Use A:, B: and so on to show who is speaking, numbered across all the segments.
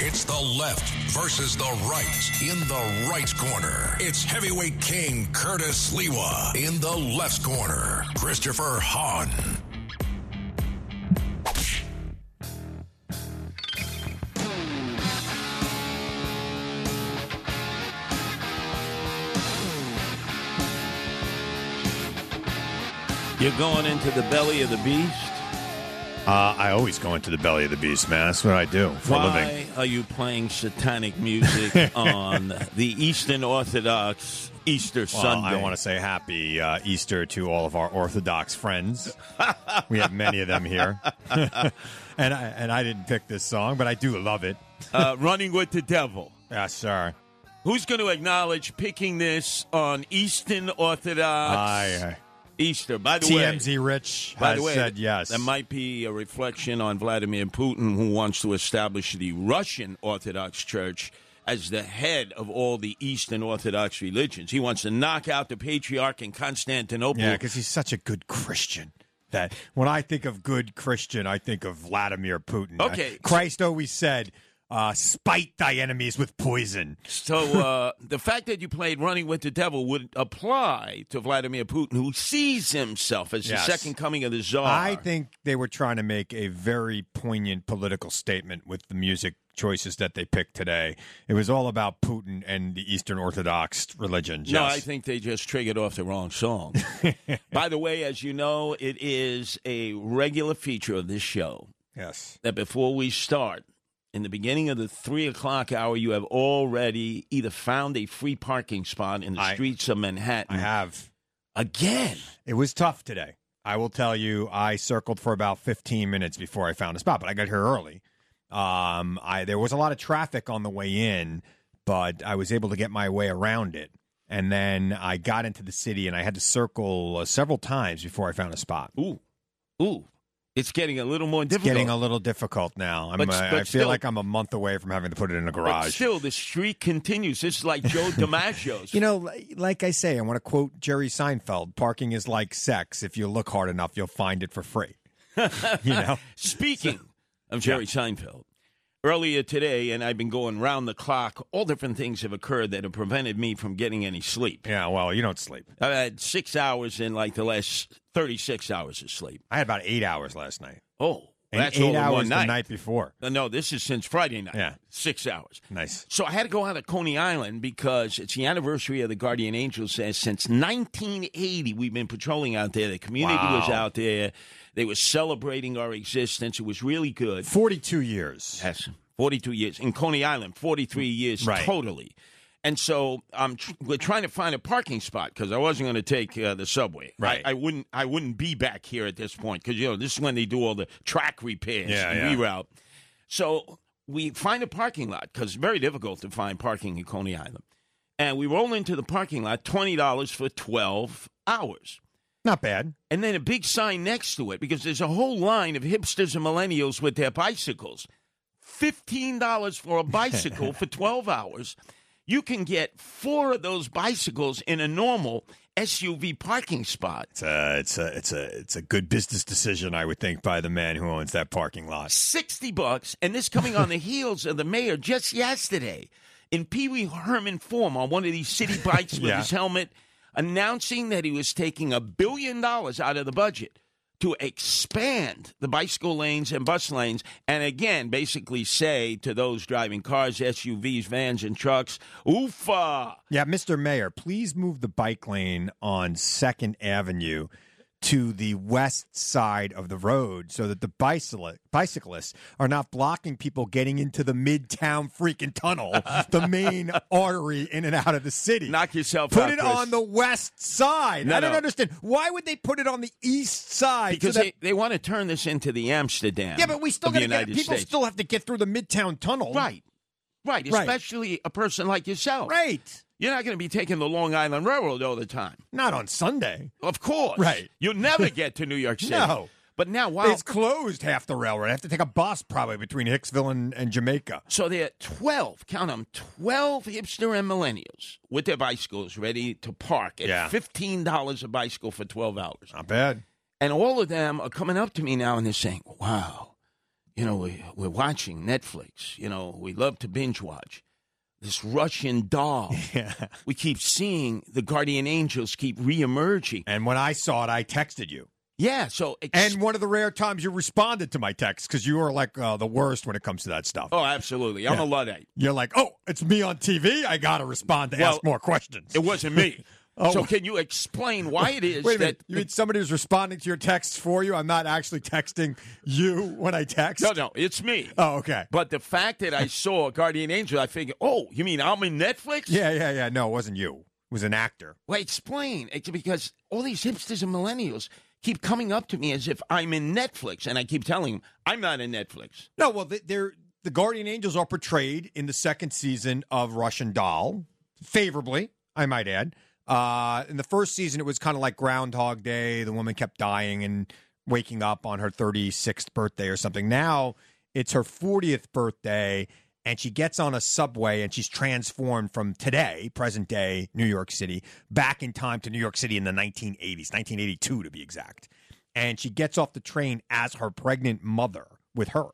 A: It's the left versus the right. In the right corner, it's heavyweight king Curtis Lewa. In the left corner, Christopher Hahn.
B: You're going into the belly of the beast.
C: Uh, I always go into the belly of the beast, man. That's what I do for a
B: Why
C: living.
B: are you playing satanic music on the Eastern Orthodox Easter
C: Well,
B: Sunday?
C: I want to say happy uh, Easter to all of our Orthodox friends. we have many of them here, and I and I didn't pick this song, but I do love it.
B: uh, running with the devil.
C: Yes, sir.
B: Who's going to acknowledge picking this on Eastern Orthodox
C: I, uh,
B: Easter? By the way,
C: TMZ Rich
B: by
C: has
B: the way,
C: said yes.
B: That might be a reflection on Vladimir Putin, who wants to establish the Russian Orthodox Church as the head of all the Eastern Orthodox religions. He wants to knock out the patriarch in Constantinople.
C: yeah, because he's such a good Christian. That when I think of good Christian, I think of Vladimir Putin.
B: Okay.
C: Christ always said, uh, "Spite thy enemies with poison."
B: So uh, the fact that you played "Running with the Devil" would apply to Vladimir Putin, who sees himself as
C: Yes.
B: the second coming of the Tsar.
C: I think they were trying to make a very poignant political statement with the music choices that they picked today. It was all about Putin and the Eastern Orthodox religion.
B: No,
C: yes.
B: I think they just triggered off the wrong song. By the way, as you know, it is a regular feature of this show
C: yes.
B: that before we start, in the beginning of the three o'clock hour, you have already either found a free parking spot in the
C: I-
B: streets of Manhattan
C: I have.
B: again.
C: It was tough today. I will tell you, I circled for about 15 minutes before I found a spot, but I got here early. Um, I there was a lot of traffic on the way in, but I was able to get my way around it. And then I got into the city, and I had to circle uh, several times before I found a spot.
B: Ooh, ooh, it's getting a little more difficult.
C: getting a little difficult now. I'm,
B: But-
C: uh,
B: but
C: I feel
B: still-
C: like I'm a month away from having to put it in a
B: But
C: garage.
B: still, the streak continues. This is like Joe DiMaggio's.
C: You know, li- like I say, I want to quote Jerry Seinfeld parking is like sex. If you look hard enough, you'll find it for free. you know?
B: Speaking of Jerry Seinfeld, earlier today, and I've been going round the clock, all different things have occurred that have prevented me from getting any sleep.
C: Yeah, well, you don't sleep.
B: I've had six hours in like the last 36 hours of sleep.
C: I had about eight hours last night.
B: Oh,
C: And
B: that's all
C: eight
B: in
C: hours
B: one
C: the night before.
B: Uh, No, this is since Friday night.
C: Yeah.
B: Six hours.
C: Nice.
B: So I had to go out to Coney Island because it's the anniversary of the Guardian Angels. Says since 1980, we've been patrolling out there. The community was
C: Wow.
B: out there. They were celebrating our existence. It was really good.
C: 42 years.
B: Yes, 42 years in Coney Island. 43 years
C: Mm. Right.
B: totally. And so I'm tr- we're trying to find a parking spot because I wasn't going to take uh, the subway. I-
C: Right.
B: I, wouldn't. I wouldn't be back here at this point because you know this is when they do all the track repairs
C: Yeah,
B: and
C: yeah.
B: reroute. So we find a parking lot because it's very difficult to find parking in Coney Island. And we roll into the parking lot, twenty dollars for twelve hours.
C: Not bad.
B: And then a big sign next to it because there's a whole line of hipsters and millennials with their bicycles. $15 for a bicycle for 12 hours. You can get four of those bicycles in a normal SUV parking spot.
C: It's a, it's a, it's a, it's a good business decision, I would think, by the man who owns that parking lot.
B: 60 bucks, and this coming on the heels of the mayor just yesterday in Pee Wee Herman form on one of these city bikes with
C: Yeah.
B: his helmet, announcing that he was taking a billion dollars out of the budget to expand the bicycle lanes and bus lanes, and again, basically say to those driving cars, SUVs, vans, and trucks, oofa.
C: Yeah, Mr. Mayor, please move the bike lane on Second Avenue to the west side of the road so that the bicycle- bicyclists are not blocking people getting into the midtown freaking tunnel, the main artery in and out of the city.
B: Knock yourself
C: put
B: out,
C: it
B: Chris.
C: on the west side.
B: No,
C: I don't
B: no.
C: understand. Why would they put it on the east side?
B: Because
C: so that-
B: they, they want to turn this into the Amsterdam.
C: yeah, but we still
B: of the
C: gotta get
B: United
C: people
B: States.
C: still have to get through the midtown tunnel.
B: Right. Right,
C: Right.
B: especially a person like yourself.
C: Right.
B: You're not going to be taking the Long Island Railroad all the time.
C: Not on Sunday.
B: Of course.
C: Right.
B: You'll never get to New York City.
C: No.
B: But now, wow.
C: It's closed half the railroad. I have to take a bus probably between Hicksville and, and Jamaica.
B: so there are 12, count them, 12 hipster and millennials with their bicycles ready to park at
C: Yeah.
B: $15 a bicycle for 12 hours.
C: Not bad.
B: And all of them are coming up to me now and they're saying, wow, you know, we, we're watching Netflix. You know, we love to binge watch. This Russian doll. We keep seeing the guardian angels keep reemerging.
C: And when I saw it, I texted you.
B: Yeah, so it's,
C: And one of the rare times you responded to my text because you are like uh, the worst when it comes to that stuff.
B: oh, absolutely, I'm a luddite.
C: You're like, oh, it's me on TV. I got to respond to
B: Well,
C: ask more questions.
B: It wasn't me.
C: Oh.
B: So can you explain why it is
C: Wait a
B: that
C: minute. You mean somebody who's responding to your texts for you? I'm not actually texting you when I text?
B: no, no, it's me.
C: Oh, okay.
B: But the fact that I saw Guardian Angel, I figured, oh, you mean I'm in Netflix?
C: Yeah, yeah, yeah. No, it wasn't you. It was an actor.
B: Well, explain. It's because all these hipsters and millennials keep coming up to me as if I'm in Netflix, and I keep telling them I'm not in Netflix.
C: No, well, they- they're the Guardian Angels are portrayed in the second season of Russian Doll favorably, I might add. Uh, in the first season, it was kind of like Groundhog Day. The woman kept dying and waking up on her 36th birthday or something. Now it's her 40th birthday, and she gets on a subway and she's transformed from today, present day New York City, back in time to New York City in the 1980s, 1982 to be exact. And she gets off the train as her pregnant mother with her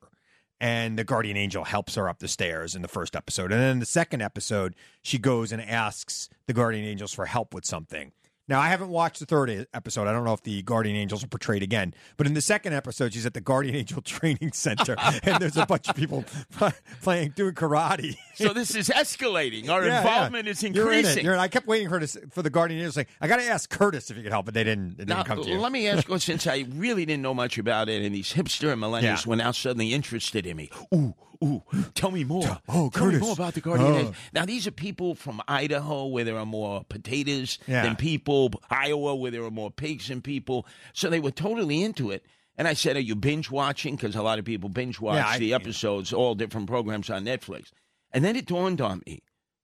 C: and the guardian angel helps her up the stairs in the first episode. And then in the second episode, she goes and asks the guardian angels for help with something. Now, I haven't watched the third e- episode. I don't know if the guardian angels are portrayed again, but in the second episode, she's at the guardian angel training center, and there's a bunch of people playing doing karate.
B: So this is escalating. Our
C: Yeah, yeah.
B: involvement is
C: You're in it.
B: increasing.
C: You're in it. I kept waiting for, her to, s- for the guardian angels. Like, I got to ask Curtis if he could help, but they didn't. It didn't
B: Now,
C: come to you.
B: let me ask you, since I really didn't know much about it, and these hipster and millennials
C: Yeah.
B: were now suddenly interested in me. Ooh, ooh, tell me more.
C: oh,
B: tell
C: Curtis.
B: me more about the Guardian
C: Oh.
B: Angels. Now, these are people from Idaho, where there are more potatoes
C: Yeah.
B: than people, Iowa, where there are more pigs than people. So they were totally into it. And I said, Are you binge watching? Because a lot of people binge watch
C: I-
B: the episodes, all different programs on Netflix. And then it dawned on me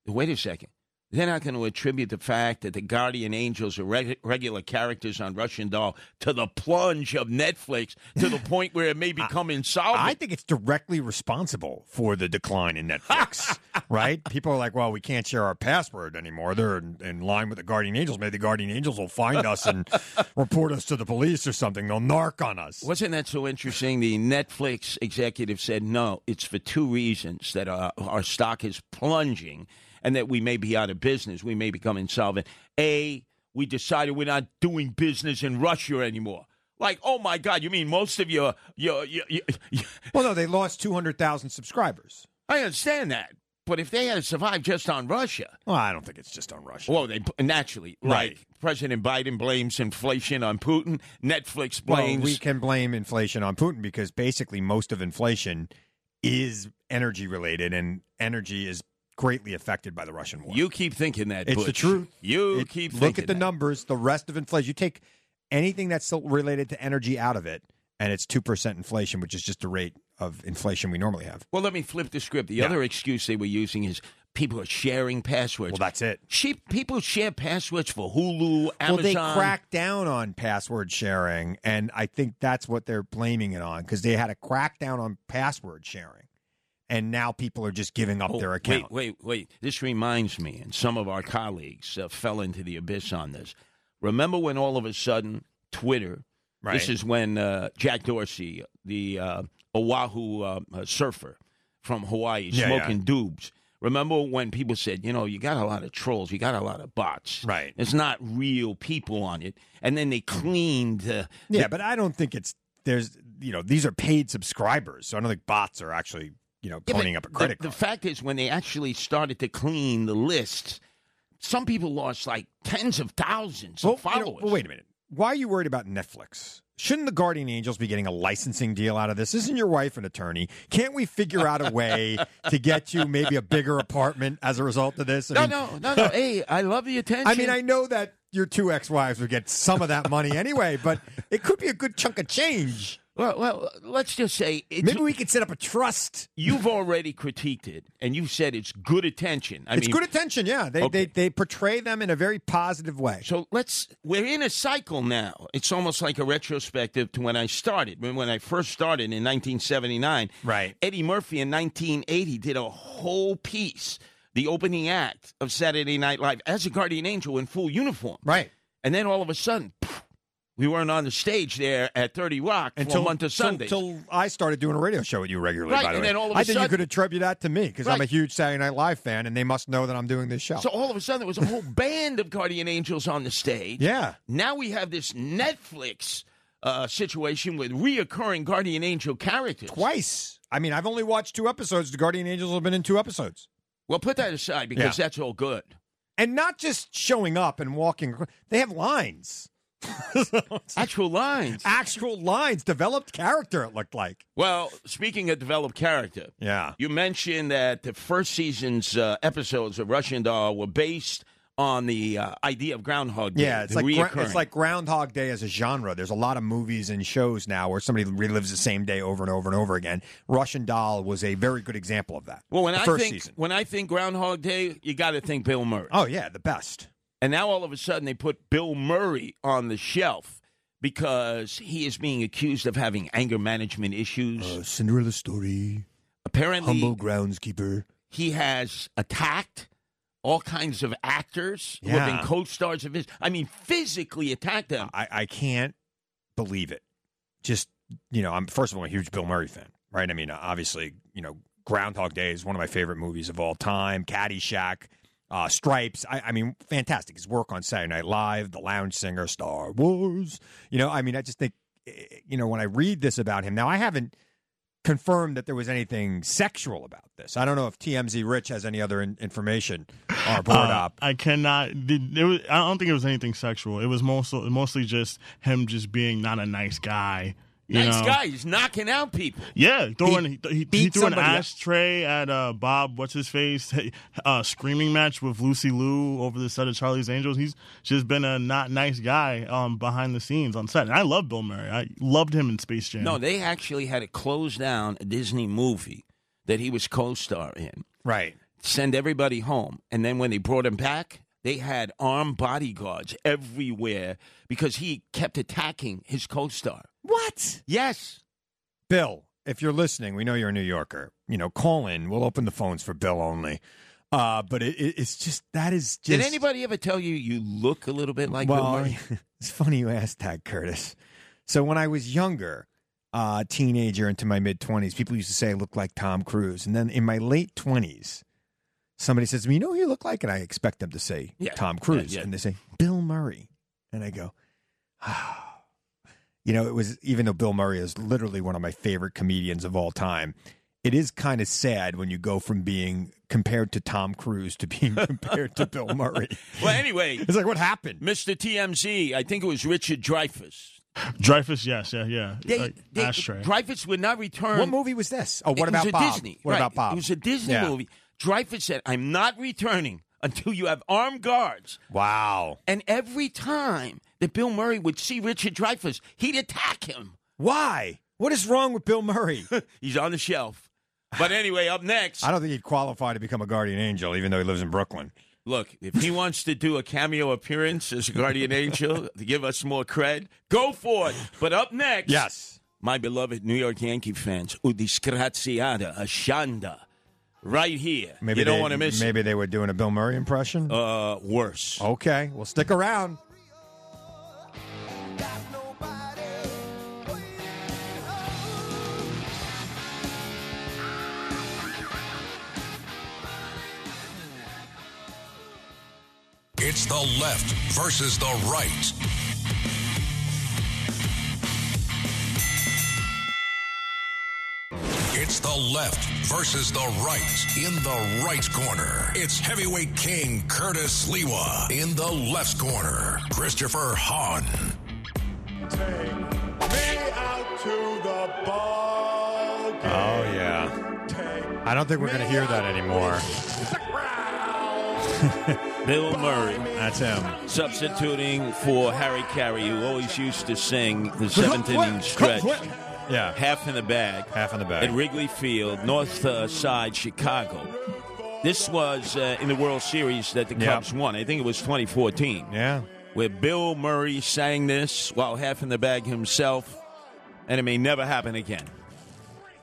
B: wait a second. They're not going to attribute the fact that the Guardian Angels are reg- regular characters on Russian Doll to the plunge of Netflix to the point where it may become insolvent.
C: I think it's directly responsible for the decline in Netflix, right? People are like, well, we can't share our password anymore. They're in, in line with the Guardian Angels. Maybe the Guardian Angels will find us and report us to the police or something. They'll narc on us.
B: Wasn't that so interesting? The Netflix executive said, no, it's for two reasons that our, our stock is plunging and that we may be out of business. We may become insolvent. A, we decided we're not doing business in Russia anymore. Like, oh my God, you mean most of your, your, your, your
C: Well, no, they lost 200,000 subscribers.
B: I understand that. But if they had to survive just on Russia,
C: Well, I don't think it's just on Russia.
B: well, they naturally,
C: Right.
B: like President Biden blames inflation on Putin, Netflix
C: Well,
B: blames.
C: we can blame inflation on Putin because basically most of inflation is energy related, and energy is greatly affected by the Russian war.
B: you keep thinking that.
C: It's the
B: Butch.
C: truth.
B: You
C: It-
B: keep
C: look
B: thinking
C: at the
B: that.
C: numbers. The rest of inflation, you take anything that's still related to energy out of it, and it's two percent inflation, which is just the rate of inflation we normally have.
B: Well, let me flip the script. The other excuse they were using is people are sharing passwords.
C: Well, that's it.
B: she, people share passwords for Hulu, Amazon.
C: Well, they cracked down on password sharing, and I think that's what they're blaming it on because they had a crackdown on password sharing, and now people are just giving up
B: Oh,
C: their account.
B: Wait, wait, wait. This reminds me, and some of our colleagues uh, fell into the abyss on this. Remember when all of a sudden Twitter,
C: Right.
B: this is when uh, Jack Dorsey, the uh, Oahu uh, uh, surfer from Hawaii,
C: Yeah, yeah.
B: smoking dubs. Remember when people said, you know, you got a lot of trolls, you got a lot of bots.
C: Right.
B: It's not real people on it. And then they cleaned uh,
C: Yeah, but I don't think it's there's you know these are paid subscribers, so I don't think bots are actually you know
B: Yeah, but
C: pointing up a credit
B: the, the
C: card.
B: fact is, when they actually started to clean the lists, some people lost like tens of thousands of
C: Well, you know,
B: followers.
C: well, wait a minute. Why are you worried about Netflix? Shouldn't the Guardian Angels be getting a licensing deal out of this? Isn't your wife an attorney? Can't we figure out a way to get you maybe a bigger apartment as a result of this? I
B: No,
C: mean,
B: no, no, no. hey, I love the attention.
C: I mean, I know that your two ex-wives would get some of that money anyway, but it could be a good chunk of change.
B: well, well, let's just say it's,
C: Maybe we could set up a trust.
B: you've already critiqued it, and you said it's good attention. I
C: It's
B: mean,
C: good attention, yeah. They,
B: Okay.
C: they they portray them in a very positive way.
B: So let's. We're in a cycle now. It's almost like a retrospective to when I started. When when I first started in 1979,
C: Right.
B: Eddie Murphy in 1980 did a whole piece, the opening act of Saturday Night Live, as a guardian angel in full uniform.
C: Right.
B: And then all of a sudden, pff, we weren't on the stage there at 30 Rock from
C: Until
B: Monday to Sunday.
C: Until I started doing a radio show with you regularly,
B: Right,
C: by the
B: and
C: way.
B: then all of a
C: I think you
B: sudden-
C: could attribute that to me because I'm a
B: Right.
C: huge Saturday Night Live fan, and they must know that I'm doing this show.
B: so all of a sudden, there was a whole band of Guardian Angels on the stage.
C: yeah.
B: Now we have this Netflix uh, situation with reoccurring Guardian Angel characters.
C: Twice. I mean, I've only watched two episodes. The Guardian Angels have been in two episodes.
B: Well, put that aside because
C: Yeah.
B: that's all good.
C: And not just showing up and walking. acro- They have lines.
B: Actual lines.
C: Actual lines. Developed character, it looked like.
B: Well, speaking of developed character,
C: Yeah.
B: you mentioned that the first season's uh, episodes of Russian Doll were based on the uh, idea of Groundhog Day.
C: Yeah, it's
B: the
C: like gra-
B: reoccurring.
C: it's like Groundhog Day as a genre. There's a lot of movies and shows now where somebody relives the same day over and over and over again. Russian Doll was a very good example of that.
B: well, when
C: the
B: I
C: first
B: think
C: season.
B: when I think Groundhog Day, you got to think Bill Murray.
C: Oh yeah, the best.
B: And now all of a sudden they put Bill Murray on the shelf because he is being accused of having anger management issues.
C: Uh, Cinderella story,
B: Apparently,
C: groundskeeper.
B: he has attacked all kinds of actors who have
C: Yeah.
B: been co-stars of his. I mean, physically attacked them.
C: I, I can't believe it. Just you know, I'm first of all a huge Bill Murray fan, right? I mean, obviously, you know, Groundhog Day is one of my favorite movies of all time. Caddyshack, uh, Stripes. I, I mean, fantastic. His work on Saturday Night Live, The Lounge Singer, Star Wars. You know, I mean, I just think, eh, you know, when I read this about him now, I haven't confirmed that there was anything sexual about this. I don't know if TMZ Rich has any other in- information or board
D: Uh,
C: op.
D: I cannot. Did, it was, I don't think it was anything sexual. It was mostly mostly just him just being not a nice guy. You
B: nice
D: know?
B: guy. He's knocking out people.
D: Yeah, throwing he, he, he
C: beat
D: threw an
C: somebody up.
D: ashtray at uh, Bob. What's his face? Uh, screaming match with Lucy Liu over the set of Charlie's Angels. He's just been a not nice guy um, behind the scenes on set. And I love Bill Murray. I loved him in Space Jam.
B: No, they actually had to close down a Disney movie that he was co-star in,
C: Right.
B: send everybody home, and then when they brought him back, they had armed bodyguards everywhere because he kept attacking his co-star.
C: What?
B: Yes.
C: Bill, if you're listening, we know you're a New Yorker. You know, call in. We'll open the phones for Bill only. Uh, but it, it, it's just that is just.
B: Did anybody ever tell you you look a little bit like Bill
C: Well,
B: Murray?
C: it's funny you asked that, Curtis. So when I was younger, uh, teenager into my mid twenties, people used to say I looked like Tom Cruise, and then in my late twenties, somebody says to me, "You know who you look like," and I expect them to say
B: Yeah,
C: Tom Cruise,
B: yeah.
C: and they say Bill Murray, and I go, ah. You know, it was even though Bill Murray is literally one of my favorite comedians of all time, it is kind of sad when you go from being compared to Tom Cruise to being compared to Bill Murray.
B: Well, anyway,
C: It's like, what happened?
B: Mr. TMZ, I think it was Richard Dreyfus.
D: Dreyfus, yes, yeah, yeah. Like, Uh, ashtray.
B: Dreyfus would not return.
C: What movie was this? Oh, what
B: it
C: about
B: was a
C: Bob?
B: Disney.
C: What
B: right.
C: about Bob?
B: It was a Disney
C: Yeah.
B: movie. Dreyfus said, "I'm not returning until you have armed guards."
C: Wow.
B: And every time that Bill Murray would see Richard Dreyfus, he'd attack him.
C: Why? What is wrong with Bill Murray?
B: He's on the shelf. But anyway, up next,
C: I don't think he'd qualify to become a guardian angel, even though he lives in Brooklyn.
B: look, if he wants to do a cameo appearance as a guardian angel to give us more cred, go for it. But up next,
C: Yes.
B: my beloved New York Yankee fans, Udisgraziada, Ashanda, right here.
C: Maybe
B: you don't
C: they-
B: want to miss it.
C: Maybe they were doing a Bill Murray impression.
B: Uh, worse.
C: okay, well, stick around.
A: It's the left versus the right. It's the left versus the right. In the right corner, it's heavyweight king Curtis Lewa. In the left corner, Christopher Hahn.
E: Take me out to the ball
C: Oh, yeah. I don't think we're going to hear that anymore.
B: Bill Murray
C: That's him.
B: substituting for Harry Carey, who always used to sing the seventh inning stretch,
C: Yeah.
B: half in the bag,
C: Half in the bag.
B: at Wrigley Field, North uh, Side, Chicago. This was uh, in the World Series that the
C: Yeah.
B: Cubs won. I think it was 2014,
C: Yeah.
B: where Bill Murray sang this while half in the bag himself, and it may never happen again.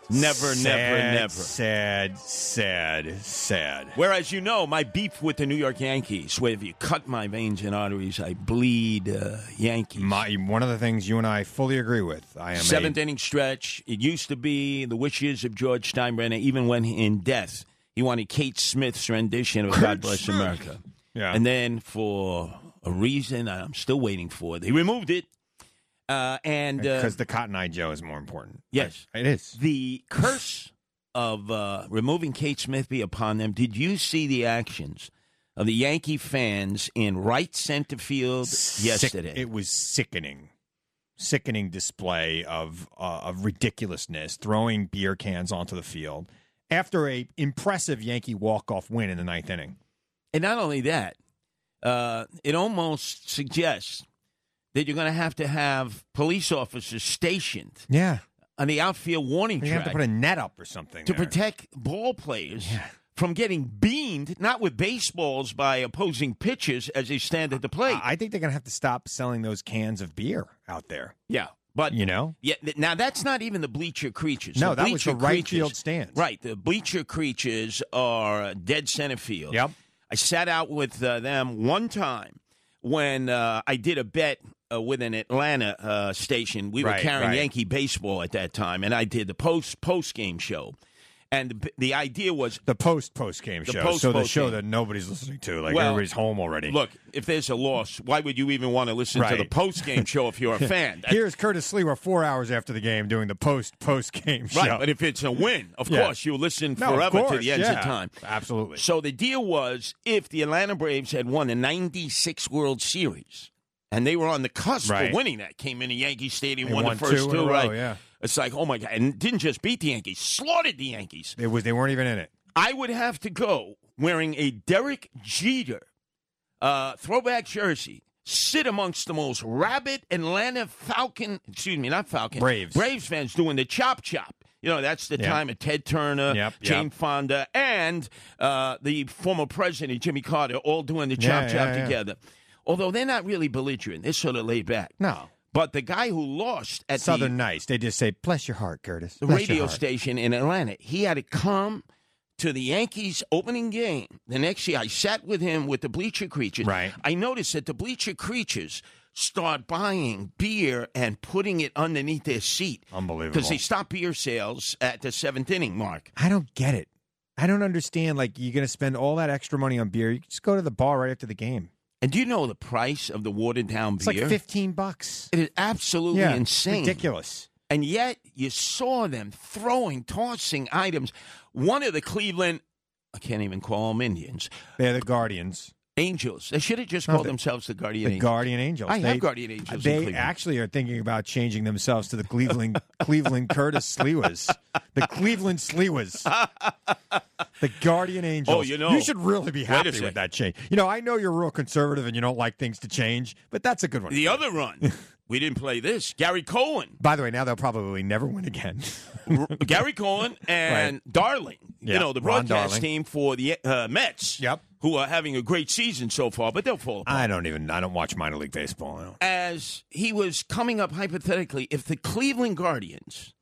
B: Never, never,
C: Sad,
B: never.
C: Sad, sad, sad.
B: Whereas you know, my beef with the New York Yankees, where if you cut my veins and arteries, I bleed uh, Yankees.
C: My one of the things you and I fully agree with. I am a-
B: Seventh inning stretch. It used to be the wishes of George Steinbrenner, even when in death, he wanted Kate Smith's rendition of God Bless America.
C: Yeah.
B: And then for a reason I'm still waiting for, they removed it. Uh, and uh,
C: because the Cotton Eye Joe is more important.
B: Yes.
C: it is.
B: the curse of uh, removing Kate Smith be upon them. Did you see the actions of the Yankee fans in right center field yesterday?
C: Sick- it was sickening, sickening display of uh, of ridiculousness, throwing beer cans onto the field after a impressive Yankee walk off win in the ninth inning.
B: And not only that, uh, it almost suggests that you're going to have to have police officers stationed
C: Yeah,
B: on the outfield warning
C: you have
B: track
C: to put a net up or something
B: to
C: there.
B: protect ball players from getting beamed, not with baseballs by opposing pitchers as they stand at the plate.
C: I I think they're gonna have to stop selling those cans of beer out there.
B: yeah, but
C: You know,
B: Yeah, th- now that's not even the bleacher creatures.
C: No,
B: the
C: that was the
B: bleacher
C: right
B: creatures-
C: field stands.
B: Right, the bleacher creatures are dead center field.
C: Yep.
B: I sat out with uh, them one time when uh, I did a bet uh, with an Atlanta uh, station. We were
C: Right,
B: carrying
C: right.
B: Yankee baseball at that time, and I did the post post game show. And the, b- the idea was,
C: the post post game
B: The
C: show,
B: post-
C: so the
B: post
C: show
B: game.
C: that nobody's listening to, like
B: Well,
C: everybody's home already.
B: look, if there's a loss, why would you even want to listen to
C: Right.
B: the post game show if you're a fan? That's
C: Here's Curtis Lee. We're four hours after the game doing the post post game show.
B: right. But if it's a win, of
C: Yeah.
B: course, you listen
C: No, of
B: forever to
C: course,
B: the ends
C: yeah.
B: of time.
C: Absolutely.
B: So the deal was if the Atlanta Braves had won the 96 World Series and they were on the cusp
C: Right.
B: of winning that, came into Yankee Stadium,
C: They
B: won,
C: won
B: the first
C: two
B: two,
C: in a row,
B: right?
C: yeah.
B: It's like, oh my God. And didn't just beat the Yankees, slaughtered the Yankees.
C: It was they weren't even in it.
B: I would have to go wearing a Derek Jeter uh, throwback jersey, sit amongst the most rabid Atlanta Falcon, excuse me, not Falcon,
C: Braves.
B: Braves fans doing the chop chop. You know, that's the
C: Yeah.
B: time of Ted Turner,
C: Yep,
B: Jane
C: yep.
B: Fonda, and uh, the former president, Jimmy Carter, all doing the
C: Yeah,
B: chop chop
C: yeah, yeah.
B: together. Although they're not really belligerent, they're sort of laid back.
C: No.
B: But the guy who lost at the
C: Southern Nights. They just say, "Bless your heart, Curtis."
B: the
C: Bless your
B: radio
C: heart."
B: station in Atlanta. He had to come to the Yankees opening game the next year. I sat with him with the Bleacher Creatures.
C: Right.
B: I noticed that the Bleacher Creatures start buying beer and putting it underneath their seat.
C: Unbelievable.
B: Because they stopped beer sales at the seventh inning mark.
C: I don't get it. I don't understand. Like you're gonna spend all that extra money on beer. You just go to the bar right after the game.
B: And do you know the price of the watered down
C: It's
B: beer?
C: like fifteen bucks.
B: it is absolutely
C: yeah,
B: insane.
C: ridiculous.
B: And yet you saw them throwing, tossing items. One of the Cleveland, I can't even call them Indians,
C: They're the Guardians,
B: Angels. They should have just
C: No,
B: called
C: the-
B: themselves the Guardian
C: the
B: Angels.
C: Guardian Angels.
B: I
C: they,
B: have Guardian Angels in
C: They
B: Cleveland.
C: actually are thinking about changing themselves to the Cleveland Cleveland Curtis Slewas, the Cleveland Slewas, the Guardian Angels.
B: Oh, you know-
C: you should really be
B: a
C: happy
B: second.
C: with that change. You know, I know you're real conservative and you don't like things to change, but that's a good one.
B: the other run, we didn't play this. Gary Cohen,
C: By the way, now they'll probably never win again.
B: R- Gary Cohen, and Darling. You
C: Yeah,
B: know the
C: Ron
B: broadcast
C: Darling.
B: team for the uh, Mets.
C: Yep.
B: Who are having a great season so far, but they'll fall. apart.
C: I don't even. I don't watch minor league baseball. I don't-
B: As he was coming up hypothetically, if the Cleveland Guardians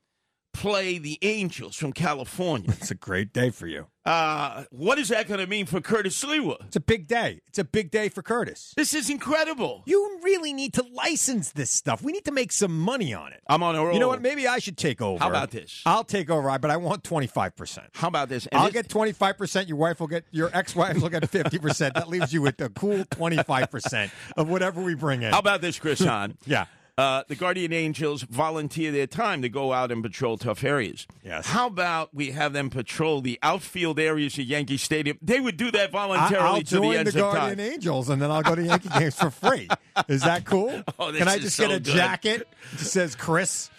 B: play the Angels from California,
C: It's a great day for you.
B: uh, what is that going to mean for Curtis Lewa?
C: It's a big day. It's a big day for Curtis.
B: This is incredible.
C: You really need to license this stuff. We need to make some money on it.
B: I'm on a roll.
C: You know what? Maybe I should take over.
B: How about this?
C: I'll take over, I- but I want 25%.
B: How about this? And
C: I'll
B: this-
C: get 25%. Your wife will get, your ex wife will get 50%. that leaves you with a cool 25% of whatever we bring in.
B: How about this, Chris Hahn?
C: Yeah.
B: Uh, the Guardian Angels volunteer their time to go out and patrol tough areas.
C: Yes.
B: How about we have them patrol the outfield areas of Yankee Stadium? They would do that
C: I-
B: voluntarily
C: I'll
B: to
C: join
B: the
C: the,
B: ends of
C: Guardian
B: time.
C: Angels and then I'll go to Yankee games for free. Is that cool?
B: Oh, this
C: Can I
B: is
C: just
B: so
C: get a
B: good.
C: jacket that says Chris?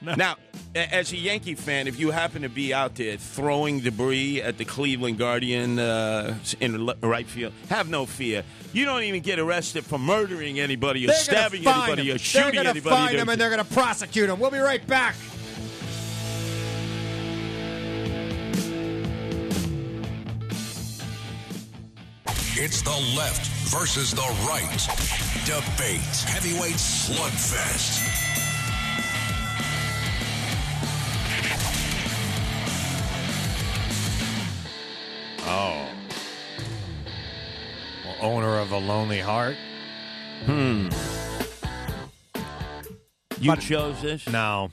B: Now, a- as a Yankee fan, if you happen to be out there throwing debris at the Cleveland Guardian uh, in le- right field, have no fear. You don't even get arrested for murdering anybody or
C: They're gonna
B: stabbing
C: find
B: anybody
C: him.
B: or shooting
C: they're gonna
B: anybody.
C: Find
B: There's-
C: him and they're going to prosecute him. We'll be right back.
A: It's the left versus the right. Debate. Heavyweight slugfest.
C: Oh. Well, owner of a lonely heart?
B: You
C: But-
B: chose this?
C: No.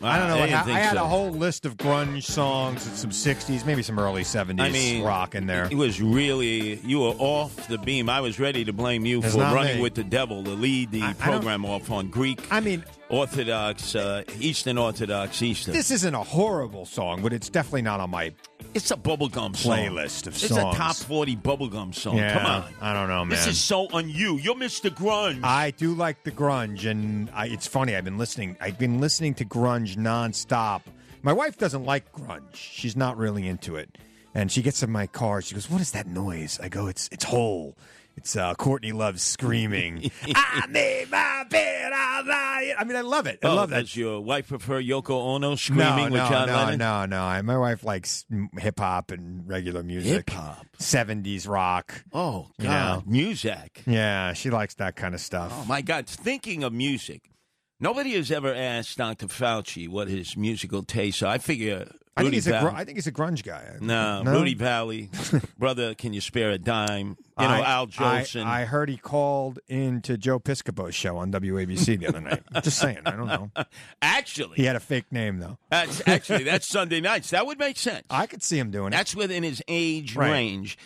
B: Ah,
C: I don't know.
B: I
C: Like,
B: didn't
C: I,
B: think
C: I had
B: so.
C: a whole list of grunge songs and some 60s, maybe some early 70s
B: I mean,
C: rock in there.
B: It was really you were off the beam. I was ready to blame you
C: It's
B: for
C: not
B: running
C: me.
B: with the devil to lead the
C: I- I don't-
B: program off on Greek
C: I mean,
B: Orthodox, uh, Eastern Orthodox, Eastern.
C: this isn't a horrible song, but it's definitely not on my.
B: it's a bubblegum song.
C: Playlist of
B: it's
C: songs.
B: a top forty bubblegum song.
C: Yeah,
B: Oh, Come on,
C: I don't know, man.
B: this is so on you. You're Mr. Grunge.
C: I do like the grunge, and I, it's funny. I've been listening. I've been listening to grunge nonstop. My wife doesn't like grunge. She's not really into it, and she gets in my car. She goes, "What is that noise?" I go, "It's it's hole. It's uh, Courtney Love screaming. I made my bed. I'll lie. I mean, I love it. I
B: Oh,
C: love that.
B: Does your wife prefer Yoko Ono
C: No,
B: screaming with
C: no,
B: John
C: no,
B: Lennon?
C: no, no. I- My wife likes hip hop and regular music.
B: Hip-hop?
C: seventies rock.
B: Oh
C: You
B: God, music.
C: Yeah, she likes that kind of stuff.
B: Oh my God! Thinking of music, nobody has ever asked Dr. Fauci what his musical tastes are. I figure
C: I think
B: Rudy
C: he's a gr-
B: Valley.
C: I think he's a grunge guy.
B: no, Rudy Valley, brother, can you spare a dime? You know, Al
C: I-
B: Jolson.
C: I, heard he called into Joe Piscopo's show on WABC the other night. Just saying, I don't know.
B: actually,
C: He had a fake name though.
B: that's, actually, that's Sunday nights. That would make sense.
C: I could see him doing it.
B: That's within his age
C: Right.
B: range.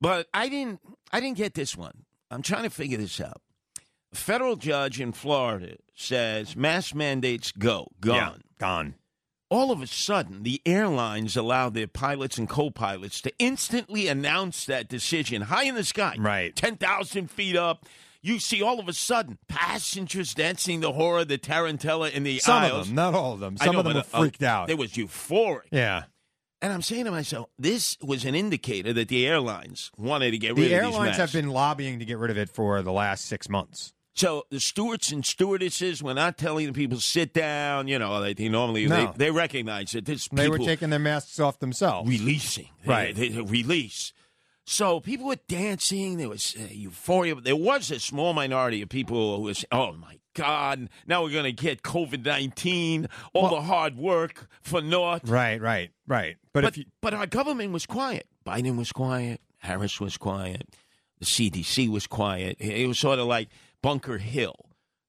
B: But I didn't I didn't get this one. I'm trying to figure this out. A federal judge in Florida says mass mandates go, gone.
C: Yeah, gone.
B: All of a sudden, the airlines allow their pilots and co pilots to instantly announce that decision high in the sky.
C: Right.
B: 10,000 feet up. You see all of a sudden passengers dancing the horror, the tarantella in the
C: Some
B: aisles.
C: of them, not all of them.
B: I
C: Some
B: know,
C: of them were
B: but, uh,
C: freaked out.
B: They was euphoric.
C: yeah.
B: And I'm saying to myself, this was an indicator that the airlines wanted to get rid
C: The
B: of these
C: airlines have
B: masks.
C: been lobbying to get rid of it for the last six months.
B: so the stewards and stewardesses were not telling the people sit down. You know, they, they normally
C: No.
B: they, they recognize that this
C: They
B: people
C: were taking their masks off themselves.
B: releasing They-
C: Right.
B: They, they release. So people were dancing. There was uh, euphoria. There was a small minority of people who was, oh my God, now we're going to get COVID nineteen. All the hard work for naught.
C: right, right, right. But,
B: But,
C: if you,
B: but our government was quiet. Biden was quiet. Harris was quiet. The CDC was quiet. It it was sort of like Bunker Hill.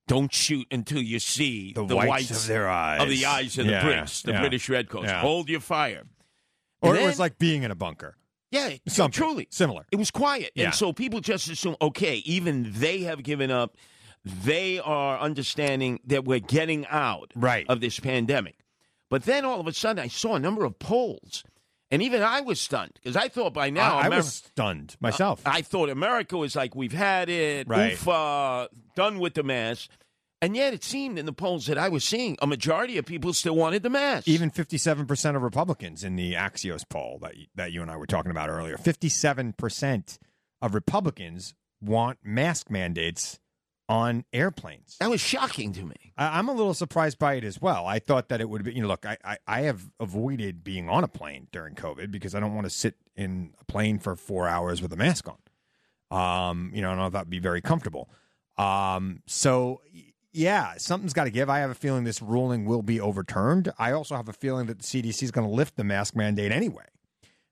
B: Don't shoot until you see
C: The whites of their eyes.
B: of the eyes of
C: Yeah,
B: the bricks, the
C: yeah,
B: British Redcoats.
C: yeah.
B: Hold your fire.
C: or
B: And
C: it was
B: then-
C: like being in a bunker.
B: Yeah,
C: Something
B: truly.
C: similar.
B: It was quiet.
C: Yeah.
B: And so people just assume, okay, even they have given up. They are understanding that we're getting out
C: Right.
B: of this pandemic. But then all of a sudden, I saw a number of polls, and even I was stunned because I thought by now Uh,
C: I, I
B: Ameri-
C: was stunned myself.
B: I thought America was like, we've had it,
C: Right.
B: oof, uh, done with the mask. And yet it seemed in the polls that I was seeing, a majority of people still wanted the mask.
C: Even 57% of Republicans in the Axios poll that you, that you and I were talking about earlier, 57% of Republicans want mask mandates on airplanes.
B: that was shocking to me.
C: I, I'm a little surprised by it as well. I thought that it would be, you know, look, I, I, I have avoided being on a plane during COVID because I don't want to sit in a plane for four hours with a mask on. Um, you know, I don't know if that'd be very comfortable. Um, so y- yeah, something's got to give. I have a feeling this ruling will be overturned. I also have a feeling that the CDC is going to lift the mask mandate anyway,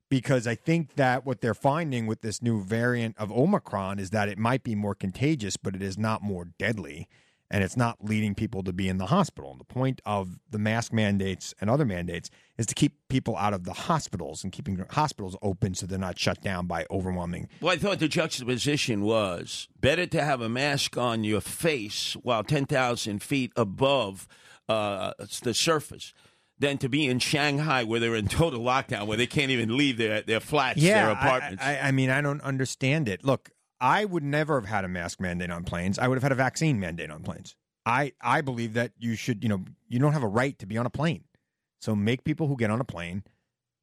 C: because I think that what they're finding with this new variant of Omicron is that it might be more contagious, but it is not more deadly. And it's not leading people to be in the hospital. And the point of the mask mandates and other mandates is to keep people out of the hospitals and keeping hospitals open so they're not shut down by overwhelming
B: Well, I thought the juxtaposition was better to have a mask on your face while 10,000 feet above uh, the surface than to be in Shanghai where they're in total lockdown, where they can't even leave their, their flats, their
C: I-
B: apartments.
C: I, I, I mean, I don't understand it. Look, I would never have had a mask mandate on planes. I would have had a vaccine mandate on planes. I, I believe that you should, you know, you don't have a right to be on a plane. So make people who get on a plane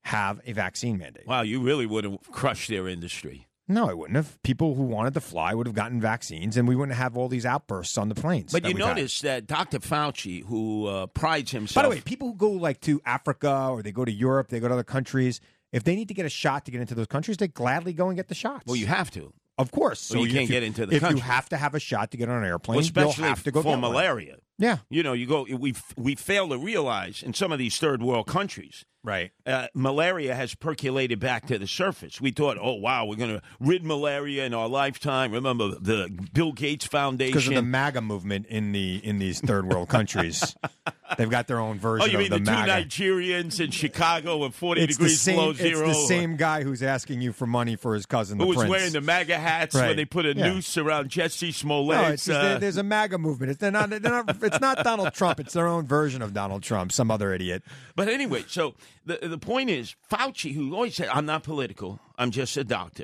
C: have a vaccine mandate.
B: wow, you really would have crushed their industry.
C: No, I wouldn't have. People who wanted to fly would have gotten vaccines and we wouldn't have all these outbursts on the planes.
B: But
C: that
B: you
C: we've had.
B: notice that Dr. Fauci, who uh, prides himself.
C: By the way, people who go like to Africa or they go to Europe, they go to other countries. If they need to get a shot to get into those countries, they gladly go and get the shots.
B: well, you have to.
C: Of course.
B: Well, you
C: if
B: can't get into the
C: If
B: country.
C: you have to have a shot to get on an airplane,
B: Well, especially
C: you'll have to go
B: for
C: get one.
B: malaria.
C: Yeah.
B: You know, you go. We we fail to realize in some of these third world countries
C: Right.
B: uh, malaria has percolated back to the surface. We thought, oh wow, we're going to rid malaria in our lifetime. Remember the Bill Gates
C: Because of
B: Foundation?
C: the MAGA movement in the in these third world countries, they've got their own
B: oh,
C: version
B: you
C: of
B: mean the, two
C: MAGA.
B: Nigerians in Chicago with forty
C: it's the
B: degrees below
C: same. It's
B: zero?
C: the same guy who's asking you for money for his cousin,
B: Who
C: the
B: was
C: prince.
B: wearing the MAGA hats
C: Right.
B: when they put a
C: Yeah.
B: noose around Jesse Smollett?
C: no, it's just,
B: uh,
C: there- there's a MAGA movement. It's, they're not, they're not, it's not Donald Trump. It's their own version of Donald Trump. Some other idiot.
B: But anyway, so the the point is, Fauci, who always said, "I'm not political. I'm just a doctor,"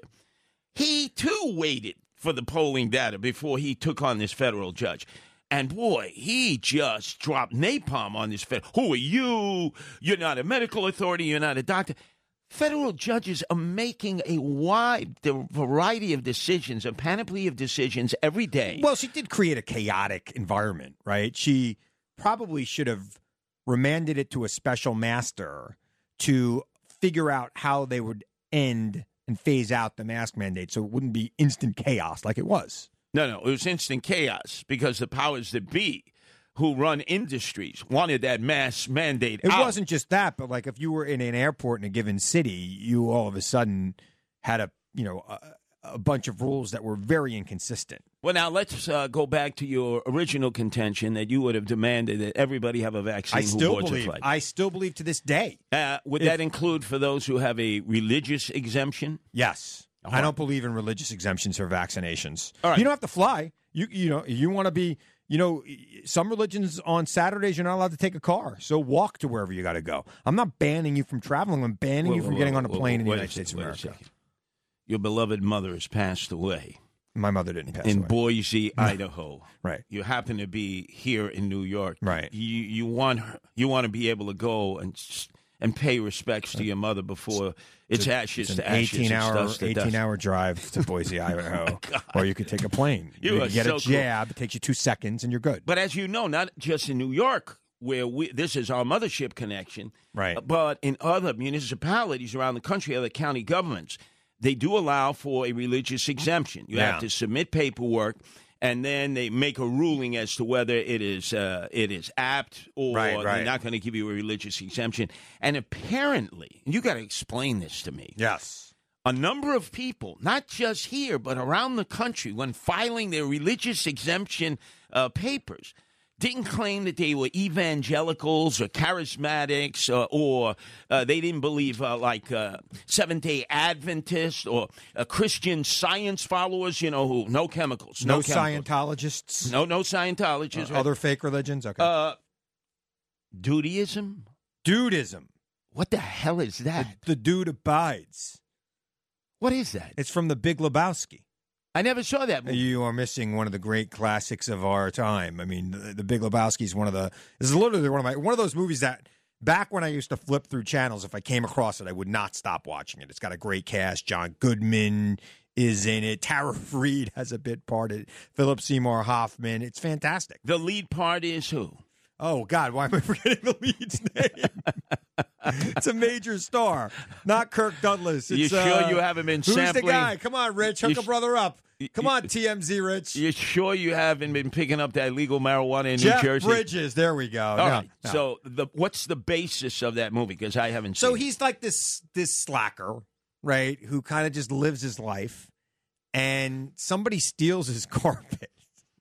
B: he too waited for the polling data before he took on this federal judge. And boy, he just dropped napalm on this federal. Who are you? You're not a medical authority. You're not a doctor. Federal judges are making a wide the variety of decisions, a panoply of decisions every day.
C: Well, she did create a chaotic environment, right? She probably should have remanded it to a special master to figure out how they would end and phase out the mask mandate so it wouldn't be instant chaos like it was.
B: No, no, it was instant chaos because the powers that be, who run industries, wanted that mass mandate.
C: It
B: out.
C: wasn't just that, but like if you were in an airport in a given city, you all of a sudden had a, you know, a, a bunch of rules that were very inconsistent.
B: Well, now let's uh, go back to your original contention that you would have demanded that everybody have a vaccine
C: I
B: who
C: still
B: boards
C: believe
B: a flight.
C: I still believe to this day.
B: uh, would
C: if-
B: that include for those who have a religious exemption?
C: Yes. I don't believe in religious exemptions for vaccinations.
B: Uh-huh. All right.
C: You don't have to fly. You you know you want to be you know some religions on Saturdays you're not allowed to take a car, so walk to wherever you got to go. I'm not banning you from traveling. I'm banning you
B: Whoa,
C: from
B: whoa,
C: getting on a
B: whoa,
C: plane in the
B: whoa, wait a
C: United
B: second,
C: States of
B: wait a
C: America.
B: second. Your beloved mother has passed away
C: My mother didn't pass
B: in
C: away.
B: Boise, Idaho.
C: Right.
B: You happen to be here in New York.
C: Right.
B: You you want her, you want to be able to go and s- and pay respects to your mother before it's, ashes
C: It's an
B: to ashes,
C: 18
B: it's
C: hour
B: dust to
C: 18
B: dust.
C: hour drive to Boise, Idaho, or you could take a plane.
B: You are
C: could get
B: so
C: a
B: cool.
C: jab. It takes you two seconds, and you're good.
B: But as you know, not just in New York, where we this is our mothership connection,
C: Right.
B: But in other municipalities around the country, other county governments, they do allow for a religious exemption. You
C: Yeah.
B: have to submit paperwork, and then they make a ruling as to whether it is uh, it is apt or
C: Right, right.
B: they're not going to give you a religious exemption. And apparently, you got to explain this to me
C: yes.
B: a number of people, not just here, but around the country, when filing their religious exemption uh, papers, didn't claim that they were evangelicals or charismatics or, or uh, they didn't believe uh, like uh, Seventh day Adventists or uh, Christian science followers, you know, who no chemicals,
C: No,
B: no, chemicals,
C: Scientologists.
B: no, no Scientologists,
C: uh, other fake religions. Okay.
B: uh, Judaism.
C: Dudism.
B: What the hell is that?
C: The dude abides.
B: What is that?
C: It's from the Big Lebowski.
B: I never saw that movie.
C: You are missing one of the great classics of our time. I mean, the, the Big Lebowski is one of the. This is literally one of my one of those movies that back when I used to flip through channels, if I came across it, I would not stop watching it. It's got a great cast. John Goodman is in it. Tara Reid has a bit part. in It Philip Seymour Hoffman. It's fantastic.
B: The lead part is who?
C: Oh God, why am I forgetting the lead's name? it's a major star, not Kirk Douglas.
B: You
C: It's,
B: sure
C: uh,
B: you haven't been
C: Who's
B: sampling?
C: the guy? Come on, Rich, hook
B: You
C: a
B: sh-
C: brother up. Come
B: you-
C: on, TMZ, Rich.
B: You sure you haven't been picking up that legal marijuana in
C: Jeff
B: New Jersey?
C: Bridges. There we go.
B: All
C: No,
B: right.
C: no.
B: So the what's the basis of that movie? Because I haven't
C: so
B: seen. it.
C: he's like this this slacker, right? Who kind of just lives his life, and somebody steals his carpet,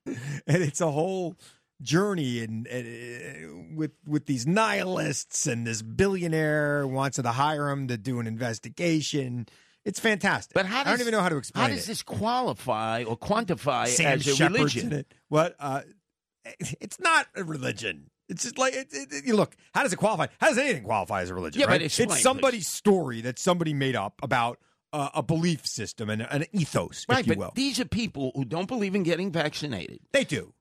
C: and it's a whole journey and, and uh, with with these nihilists and this billionaire wants to hire him to do an investigation. It's fantastic.
B: But how does,
C: I don't even know how to explain
B: How does
C: it.
B: this qualify or quantify
C: Sam
B: as a
C: Shepard's in
B: religion?
C: it. What? Uh, it's not a religion. It's just like it, it, it- you look. How does it qualify? How does anything qualify as a religion?
B: Yeah, but
C: right?
B: explain,
C: it's
B: please.
C: somebody's story that somebody made up about uh, a belief system and an ethos,
B: Right,
C: if you
B: but
C: will.
B: these are people who don't believe in getting vaccinated.
C: they do.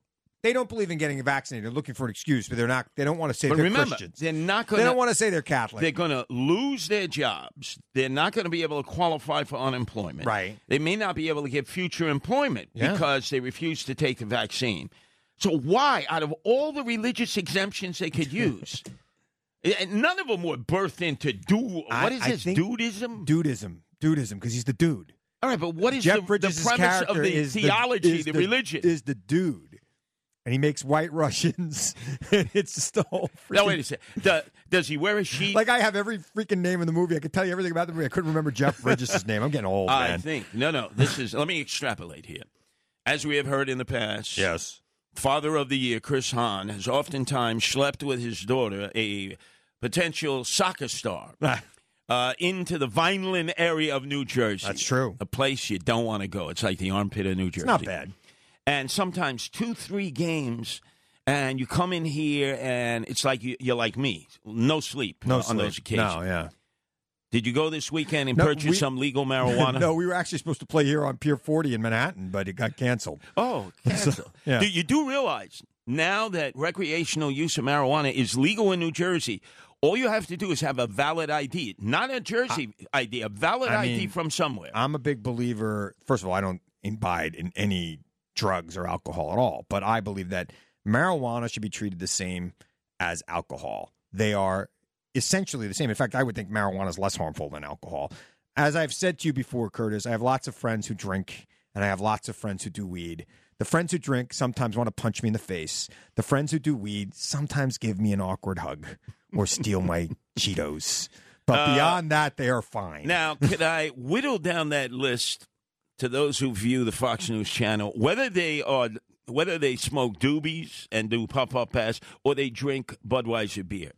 C: They don't believe in getting vaccinated. They're looking for an excuse, but they're not. They don't want to say
B: But
C: they're
B: remember,
C: Christians.
B: they're not
C: They
B: gonna-
C: don't want to say they're Catholic.
B: They're going to lose their jobs. They're not going to be able to qualify for unemployment.
C: Right.
B: They may not be able to get future employment
C: Yeah.
B: because they refuse to take the vaccine. So why, out of all the religious exemptions they could use, and none of them were birthed into do.
C: I-
B: What is
C: I
B: this
C: think-
B: dudism?
C: Dudism, dudism, because he's the dude.
B: all right, but what is
C: Jeff
B: the, the
C: Bridges'
B: premise
C: character
B: of the
C: is
B: theology,
C: is
B: the, religion?
C: is the dude. and he makes white Russians. it's just the whole. Freaking,
B: Now wait a second. Do- does he wear a sheet?
C: Like I have every freaking name in the movie. I could tell you everything about the movie. I couldn't remember Jeff Bridges' name. I'm getting old,
B: I
C: man.
B: think no, no. This is. let me extrapolate here. As we have heard in the past,
C: yes.
B: father of the year Chris Hahn has oftentimes slept with his daughter, a potential soccer star, uh, into the Vineland area of New Jersey.
C: That's true.
B: A place you don't want to go. It's like the armpit of New Jersey.
C: It's not bad.
B: and sometimes two, three games, and you come in here and it's like you, you're like me, no sleep
C: No
B: on
C: sleep.
B: those occasions.
C: No, yeah.
B: Did you go this weekend and
C: No,
B: purchase
C: we-
B: some legal marijuana?
C: no, we were actually supposed to play here on Pier 40 in Manhattan, but it got canceled.
B: Oh, cancel.
C: yeah.
B: Do you do realize now that recreational use of marijuana is legal in New Jersey? All you have to do is have a valid ID, not a Jersey ID, a valid
C: I
B: ID
C: mean,
B: from somewhere.
C: I'm a big believer. First of all, I don't imbibe in any drugs or alcohol at all, but I believe that marijuana should be treated the same as alcohol. They are essentially the same. In fact, I would think marijuana is less harmful than alcohol. As I've said to you before, Curtis, I have lots of friends who drink and I have lots of friends who do weed. The friends who drink sometimes want to punch me in the face. The friends who do weed sometimes give me an awkward hug or steal my Cheetos. But beyond that, they are fine.
B: now, could I whittle down that list to those who view the Fox News channel, whether they are whether they smoke doobies and do pop up pass or they drink Budweiser beer?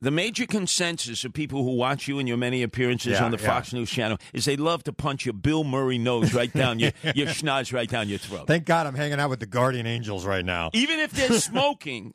B: The major consensus of people who watch you and your many appearances
C: Yeah,
B: on the
C: yeah.
B: Fox News channel is they love to punch your Bill Murray nose right down your, your schnoz right down your throat.
C: Thank God I'm hanging out with the Guardian Angels right now.
B: Even if they're smoking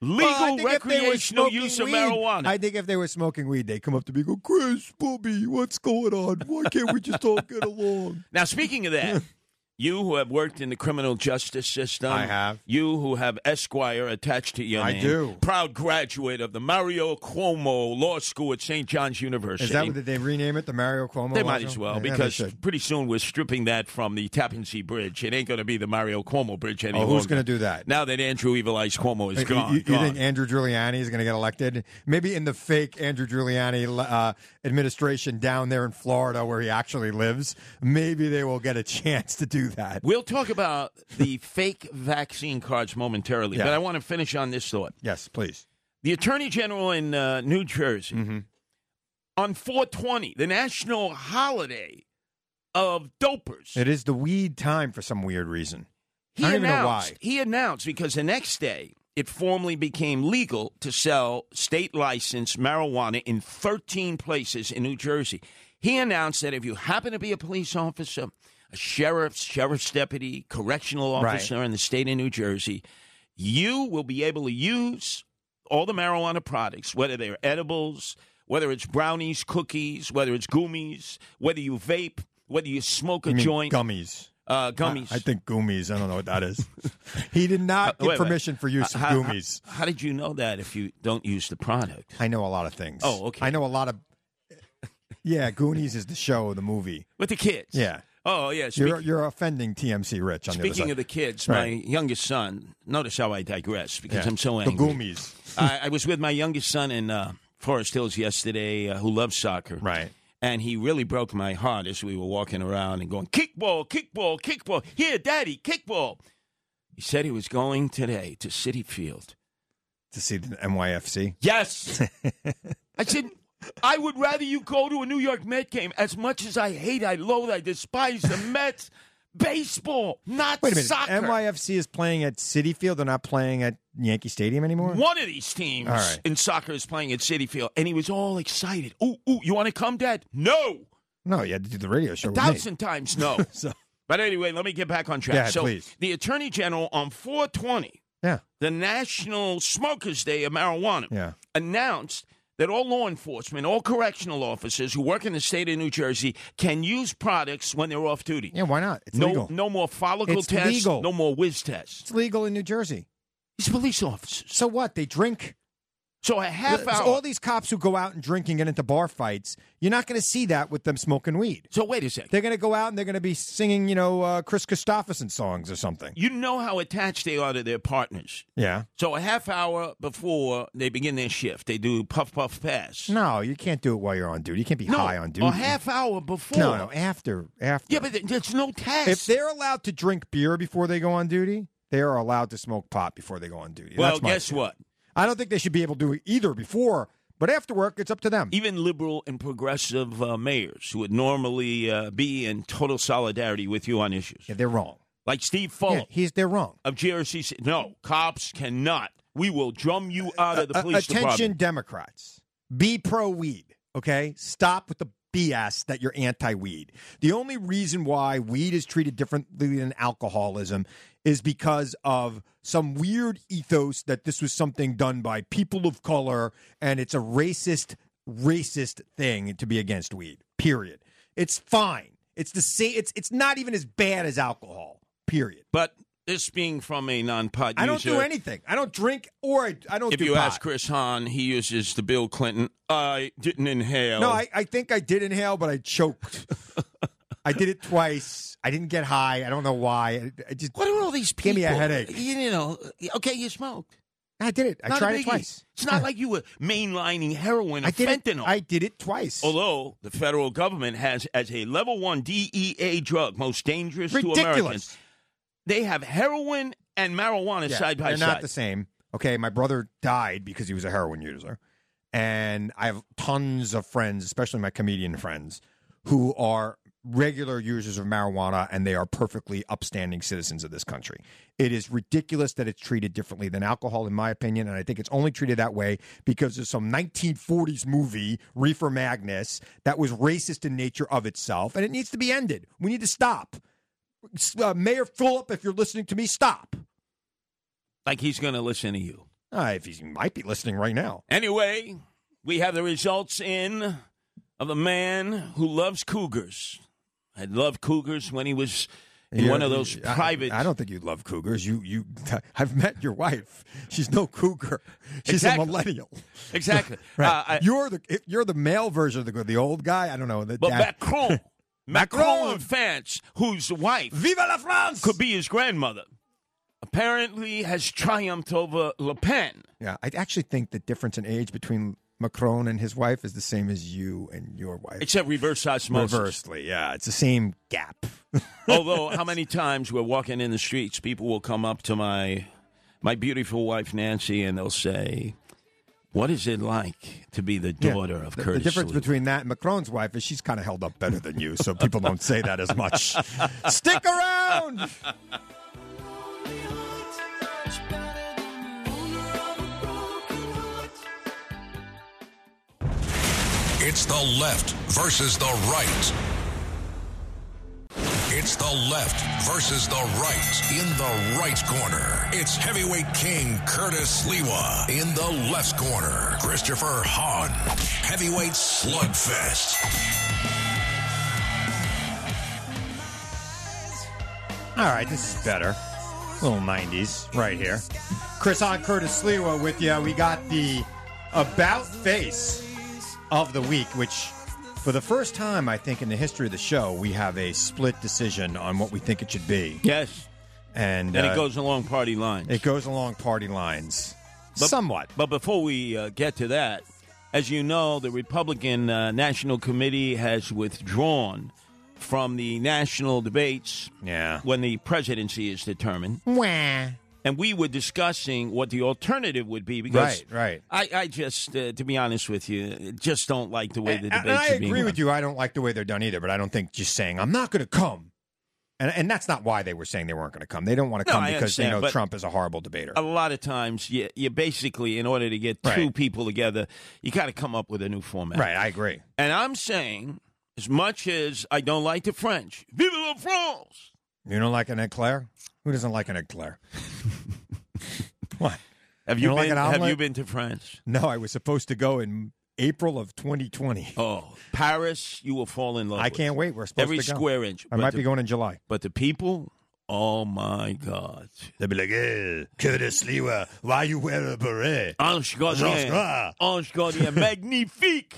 B: legal recreational use of marijuana.
C: I think if they were smoking weed, they come up to me and go, Chris, Bobby, what's going on? Why can't we just all get along?
B: Now, speaking of that, you who have worked in the criminal justice system,
C: I have.
B: You who have Esquire attached to your
C: I
B: name,
C: do.
B: Proud graduate of the Mario Cuomo Law School at St. John's University.
C: Is that what did they rename it? The Mario Cuomo?
B: they might
C: Lasso?
B: as well
C: Yeah, they
B: because
C: should.
B: pretty soon we're stripping that from the Tappan Zee Bridge. It ain't going to be the Mario Cuomo Bridge
C: Oh,
B: anymore.
C: who's going to do that?
B: Now that Andrew Evil Eyes Cuomo is
C: You-
B: gone,
C: you, you
B: gone.
C: think Andrew Giuliani is going to get elected? Maybe in the fake Andrew Giuliani uh, administration down there in Florida, where he actually lives, maybe they will get a chance to do that.
B: We'll talk about the fake vaccine cards momentarily,
C: Yeah.
B: but I want to finish on this thought.
C: Yes, please.
B: the attorney general in uh, New Jersey on 420, the national holiday of dopers.
C: It is the weed time for some weird reason.
B: he
C: I don't even know
B: announced,
C: why.
B: He announced because the next day it formally became legal to sell state licensed marijuana in 13 places in New Jersey. He announced that if you happen to be a police officer, a sheriff, sheriff's deputy, correctional
C: Right.
B: officer in the state of New Jersey, you will be able to use all the marijuana products, whether they're edibles, whether it's brownies, cookies, whether it's gummies, whether you vape, whether you smoke a
C: You mean
B: joint,
C: gummies.
B: uh, gummies.
C: I, I think goomies. I don't know what that is. he did not
B: Uh,
C: get
B: wait, wait.
C: permission for use of
B: how,
C: goomies.
B: How, how did you know that if you don't use the product?
C: I know a lot of things.
B: Oh, okay.
C: I know a lot of. Yeah, Goonies is the show, the movie.
B: With the kids?
C: Yeah,
B: Oh, yeah. Speak,
C: you're you're offending TMC Rich. On
B: speaking
C: the
B: of
C: other
B: the kids,
C: Right.
B: my youngest son, notice how I digress because
C: side. Yeah.
B: I'm so
C: the
B: angry.
C: goomies.
B: I, I was with my youngest son in uh, Forest Hills yesterday uh, who loves soccer.
C: Right.
B: And he really broke my heart as we were walking around and going, kickball, kickball, kickball. Here, daddy, kickball. He said he was going today to City Field.
C: To see the NYFC.
B: Yes. I said, I would rather you go to a New York Met game. As much as I hate, I loathe, I despise the Mets. Baseball, not
C: Wait a minute.
B: soccer.
C: NYFC is playing at City Field. They're not playing at Yankee Stadium anymore.
B: One of these teams
C: All right.
B: in soccer is playing at City Field, and he was all excited. Ooh, ooh, you want to come, Dad? No,
C: No, you had to do the radio show.
B: a
C: with me.
B: thousand times no.
C: So-
B: but anyway, let me get back on track.
C: Yeah,
B: so
C: please.
B: the Attorney General on 420,
C: Yeah,
B: the National Smokers Day of Marijuana,
C: yeah.
B: announced that all law enforcement, all correctional officers who work in the state of New Jersey can use products when they're off duty.
C: Yeah, why not? It's
B: no,
C: legal.
B: no more follicle
C: It's
B: tests,
C: legal.
B: no more whiz tests.
C: It's legal in New Jersey.
B: These police officers.
C: So what? They drink.
B: So a half
C: It's
B: hour.
C: all these cops who go out and drink and get into bar fights, you're not going to see that with them smoking weed.
B: so wait a second.
C: They're going to go out and they're going to be singing, you know, uh, Chris Christopherson songs or something.
B: you know how attached they are to their partners.
C: Yeah.
B: So a half hour before they begin their shift, they do puff puff pass.
C: No, you can't do it while you're on duty. You can't be
B: No,
C: high on duty.
B: A half hour before.
C: no, no, after, after.
B: Yeah, but there's no test.
C: if they're allowed to drink beer before they go on duty, they are allowed to smoke pot before they go on duty.
B: Well,
C: That's my
B: guess
C: opinion.
B: what?
C: I don't think they should be able to do either before, but after work, it's up to them.
B: Even liberal and progressive uh, mayors who would normally uh, be in total solidarity with you on issues,
C: Yeah, they're wrong.
B: like Steve
C: Yeah,
B: Fuller
C: he's they're wrong.
B: of GRCC. No, cops cannot. We will drum you out of the
C: Uh,
B: police
C: attention,
B: department.
C: Democrats. Be pro weed. Okay, stop with the BS that you're anti weed. The only reason why weed is treated differently than alcoholism is because of some weird ethos that this was something done by people of color and it's a racist, racist thing to be against weed. Period. It's fine. It's the same. It's it's not even as bad as alcohol. Period.
B: But this being from a non-pot user,
C: I don't do anything. I don't drink or I, I don't
B: If
C: do
B: you
C: pot.
B: ask Chris Hahn, he uses the Bill Clinton. I didn't inhale.
C: No, I, I think I did inhale, but I choked. I did it twice. I didn't get high. I don't know why. I, I just
B: What are all these people?
C: Give me a headache.
B: You, you know, okay, you smoked.
C: I did it. I
B: Not a
C: tried it
B: biggie.
C: twice.
B: It's not like you were mainlining heroin or
C: I did it.
B: fentanyl.
C: I did it twice.
B: Although the federal government has as a level one DEA drug most dangerous to Americans,
C: Ridiculous.
B: they have heroin and marijuana
C: Yeah,
B: side by
C: they're
B: side.
C: not the same. Okay, my brother died because he was a heroin user, and I have tons of friends, especially my comedian friends, who are regular users of marijuana and they are perfectly upstanding citizens of this country. It is ridiculous that it's treated differently than alcohol in my opinion and I think it's only treated that way because of some 1940s movie Reefer Magnus that was racist in nature of itself and it needs to be ended. We need to stop. S- Uh, Mayor Philip if you're listening to me stop.
B: like he's going to listen to you.
C: Uh, if he's- he might be listening right now.
B: Anyway, we have the results in of the man who loves cougars. I loved cougars when he was in
C: You're-
B: one of those
C: I-
B: private.
C: I, don't think you love cougars. You, you. I've met your wife. She's no cougar. She's
B: Exactly.
C: a millennial.
B: exactly.
C: Right.
B: Uh, I-
C: you're the if you're the male version of the the old guy. I don't know. The,
B: but
C: dad-
B: Macron, Macron
C: Macron.
B: of France, whose wife
C: Vive la France!
B: could be his grandmother, apparently has triumphed over Le Pen.
C: Yeah, I actually think the difference in age between Macron and his wife is the same as you and your wife.
B: Except reverse osmosis.
C: Reversely, yeah, it's the same gap.
B: Although, how many times we're walking in the streets, people will come up to my my beautiful wife Nancy, and they'll say, "What is it like to be the daughter of
C: the,
B: Curtis?"
C: the difference
B: Lee?"
C: between that and Macron's wife is she's kind of held up better than you, so people don't say that as much. Stick around.
A: It's the left versus the right. It's the left versus the right. In the right corner, it's heavyweight king Curtis Lewa. In the left corner, Christopher Hahn. Heavyweight slugfest.
C: All right, this is better. Little 90s right here. Chris on Curtis Lewa with you. We got the About Face of the Week, which for the first time, I think, in the history of the show, we have a split decision on what we think it should be.
B: yes,
C: And,
B: and
C: uh,
B: it goes along party lines.
C: it goes along party lines. Somewhat.
B: But before we uh, get to that, as you know, the Republican uh, National Committee has withdrawn from the national debates
C: Yeah.
B: when the presidency is determined. And we were discussing what the alternative would be because
C: Right, right.
B: I, I just, uh, to be honest with you, just don't like the way the
C: And-
B: debates
C: and I
B: are being
C: agree with
B: run.
C: you. I don't like the way they're done either, but I don't think just saying, I'm not going to come. And, and that's not why they were saying they weren't going to come. They don't want to
B: No,
C: come
B: I
C: because they
B: understand,
C: know
B: but-
C: Trump is a horrible debater.
B: A lot of times, you, you basically, in order to get two
C: Right.
B: people together, you got to come up with a new format.
C: right, I agree.
B: And I'm saying, as much as I don't like the French, vive la France!
C: You don't like an eclair? Who doesn't like an eclair? what?
B: Have
C: You
B: you,
C: don't like
B: been,
C: an
B: have
C: omelet?
B: you been to France?
C: No, I was supposed to go in April of 2020.
B: Oh, Paris, you will fall in love.
C: I
B: with.
C: can't wait. We're supposed
B: Every
C: to go.
B: square inch.
C: I
B: But
C: might
B: the-
C: be going in July.
B: But the people, oh my God.
C: They'll be like, eh, Curtis Lewa, why you wear a beret?
B: Ange Gardien.
C: Oscar.
B: Ange Gardien. Magnifique.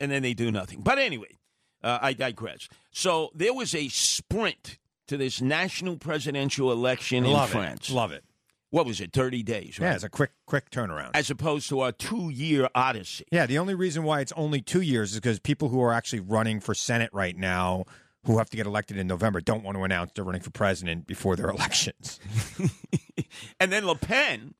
B: And then they do nothing. But anyway, uh, I digress. So there was a sprint to this national presidential election
C: Love
B: in France.
C: it. Love it.
B: What was it, 30 days, right?
C: Yeah, it's a quick, quick turnaround.
B: As opposed to our two year odyssey.
C: Yeah, the only reason why it's only two years is because people who are actually running for Senate right now who have to get elected in November don't want to announce they're running for president before their elections.
B: And then Le Pen,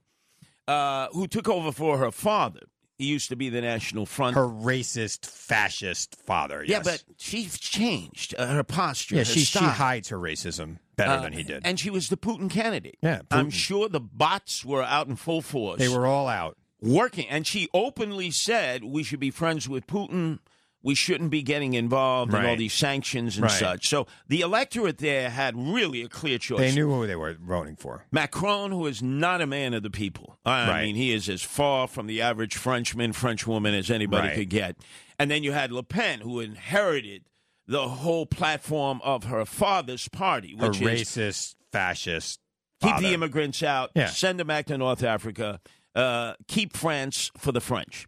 B: uh, who took over for her father, he used to be the National Front.
C: Her racist, fascist father.
B: yeah,
C: yes.
B: but she's changed uh, her posture.
C: yeah,
B: her
C: she she
B: style.
C: hides her racism better than he did.
B: Uh, And she was the Putin candidate.
C: Yeah,
B: I'm
C: Putin.
B: sure the bots were out in full force.
C: they were all out.
B: working. And she openly said, we should be friends with Putin. We shouldn't be getting involved in all
C: Right.
B: these sanctions and
C: Right.
B: such. So the electorate there had really a clear choice.
C: They knew who they were voting for.
B: Macron, who is not a man of the people. I
C: Right.
B: mean, he is as far from the average Frenchman, Frenchwoman as anybody
C: Right.
B: could get. And then you had Le Pen, who inherited the whole platform of her father's party,
C: Her
B: which is
C: racist, fascist.
B: keep
C: father.
B: the immigrants out,
C: Yeah.
B: send them back to North Africa, uh, keep France for the French.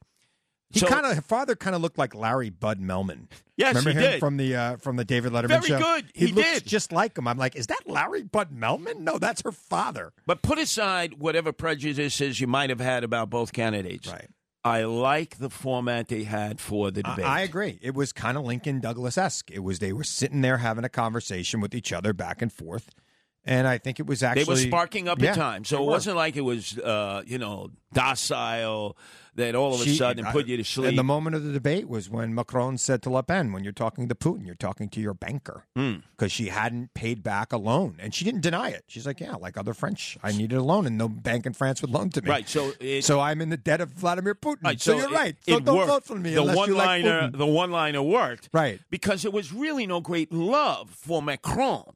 C: He
B: So-
C: kind of her father kind of looked like Larry Bud Melman.
B: Yes,
C: remember
B: he
C: him
B: did.
C: from the uh, from the David Letterman
B: Very
C: show.
B: good.
C: He,
B: He
C: looks
B: did.
C: just like him. I'm like, is that Larry Bud Melman? No, that's her father.
B: But put aside whatever prejudices you might have had about both candidates. I like the format they had for the
C: I,
B: debate.
C: I agree. It was kind of Lincoln Douglas esque. It was they were sitting there having a conversation with each other back and forth, and I think it was actually
B: They were sparking up
C: yeah,
B: at times,
C: they
B: so it
C: were.
B: wasn't like it was, uh, you know, docile that all of a
C: She-
B: sudden
C: I-
B: put you to
C: And
B: sleep.
C: the moment of the debate was when Macron said to Le Pen, "When you're talking to Putin, you're talking to your banker,"
B: Hmm.
C: because she hadn't paid back a loan, and she didn't deny it. She's like, "Yeah, like other French, I needed a loan, and no bank in France would loan to me."
B: Right, so it-
C: so I'm in the debt of Vladimir Putin.
B: Right,
C: so, you're
B: it-
C: right.
B: It,
C: so don't
B: worked.
C: vote for me
B: The
C: unless you like
B: one-liner,
C: Putin.
B: the one-liner worked,
C: Right.
B: Because there was really no great love for Macron.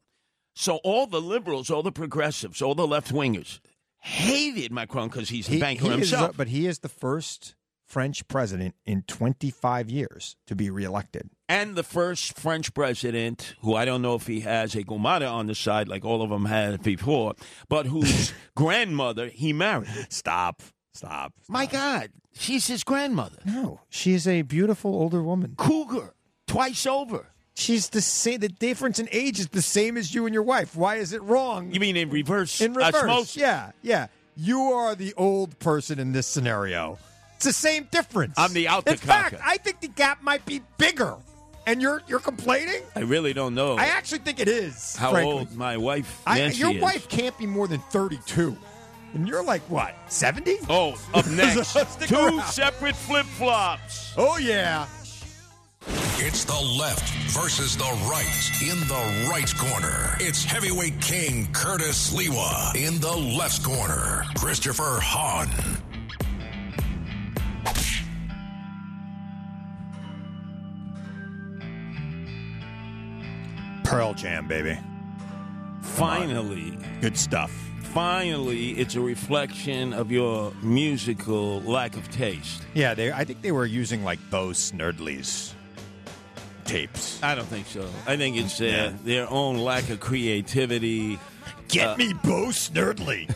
B: So all the liberals, all the progressives, all the left wingers hated Macron because he's the
C: He-
B: banker
C: he is,
B: himself.
C: uh, but he is the first French president in 25 years to be reelected.
B: and the first French president, who I don't know if he has a gomada on the side like all of them had before, but whose grandmother he married.
C: Stop. Stop.
B: My God, she's his grandmother.
C: No, she is a beautiful older woman.
B: Cougar, twice over.
C: She's the same. The difference in age is the same as you and your wife. Why is it wrong?
B: You mean in reverse?
C: in reverse?
B: osmosis?
C: Yeah, yeah. You are the old person in this scenario. It's the same difference.
B: I'm the out the
C: In fact,
B: cocker.
C: I think the gap might be bigger, and you're you're complaining.
B: I really don't know
C: I actually think it is.
B: how
C: frankly.
B: old my wife
C: I,
B: Nancy
C: your
B: is.
C: wife can't be more than 32, and you're like what 70?
B: Oh, up next,
C: So stick
B: two
C: around.
B: separate flip flops.
C: oh yeah.
A: It's the left versus the right. In the right corner, it's heavyweight king Curtis Lewa. In the left corner, Christopher Hahn.
C: Pearl Jam, baby.
B: Finally,
C: Good stuff.
B: finally, it's a reflection of your musical lack of taste.
C: Yeah, they. I think they were using like Bose Nerdly's tapes.
B: I don't think so. I think it's uh,
C: Yeah.
B: their own lack of creativity.
C: Get
B: Uh.
C: me Bo Snerdly.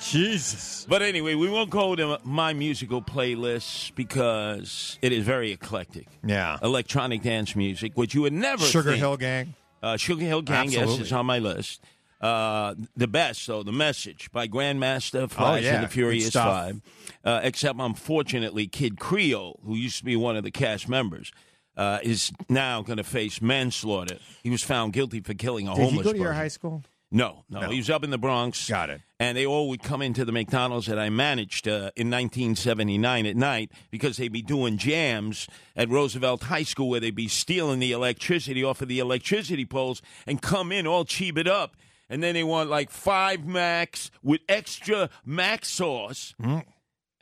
C: Jesus.
B: But anyway, we won't go to my musical playlist because it is very eclectic.
C: Yeah.
B: Electronic dance music, which you would never
C: Sugar
B: think-
C: Hill Gang.
B: Uh, Sugar Hill Gang, yes,
C: Absolutely.
B: is on my list. Uh, the best, though, The Message by Grandmaster Flash
C: Oh, yeah,
B: and the
C: good
B: Furious
C: stuff.
B: Five. Uh, except, unfortunately, Kid Creole, who used to be one of the cast members, uh, is now going to face manslaughter. He was found guilty for killing a
C: Did
B: homeless
C: he go to
B: person.
C: your high school?
B: No, no,
C: No.
B: He was up in the Bronx.
C: Got it.
B: And they all would come into the McDonald's that I managed uh, in 1979 at night because they'd be doing jams at Roosevelt High School where they'd be stealing the electricity off of the electricity poles and come in all cheap it up. And then they want like five Macs with extra Mac sauce. And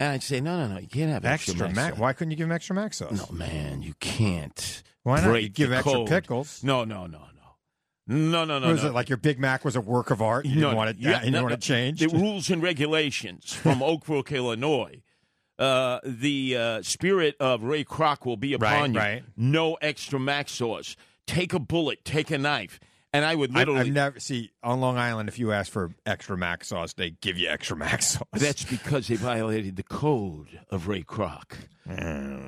B: I'd say, no, no, no, you can't have extra,
C: Mm. Extra Mac.
B: sauce."
C: Why couldn't you give him extra Mac sauce?
B: No, man, you can't.
C: Why not? You
B: break
C: give
B: the
C: extra
B: code.
C: pickles.
B: No, no, no, no. No, no, no.
C: was
B: no.
C: it like your Big Mac was a work of art? You
B: No,
C: didn't want it.
B: yeah,
C: you didn't
B: no,
C: want
B: no.
C: it changed.
B: The rules and regulations from Oak Brook, Illinois. Uh, the uh, spirit of Ray Kroc will be upon
C: Right,
B: you.
C: right.
B: No extra mac sauce. Take a bullet. Take a knife. And I would
C: I,
B: literally.
C: I've never see on Long Island. If you ask for extra Mac sauce, they give you extra Mac sauce.
B: that's because they violated the code of Ray Kroc.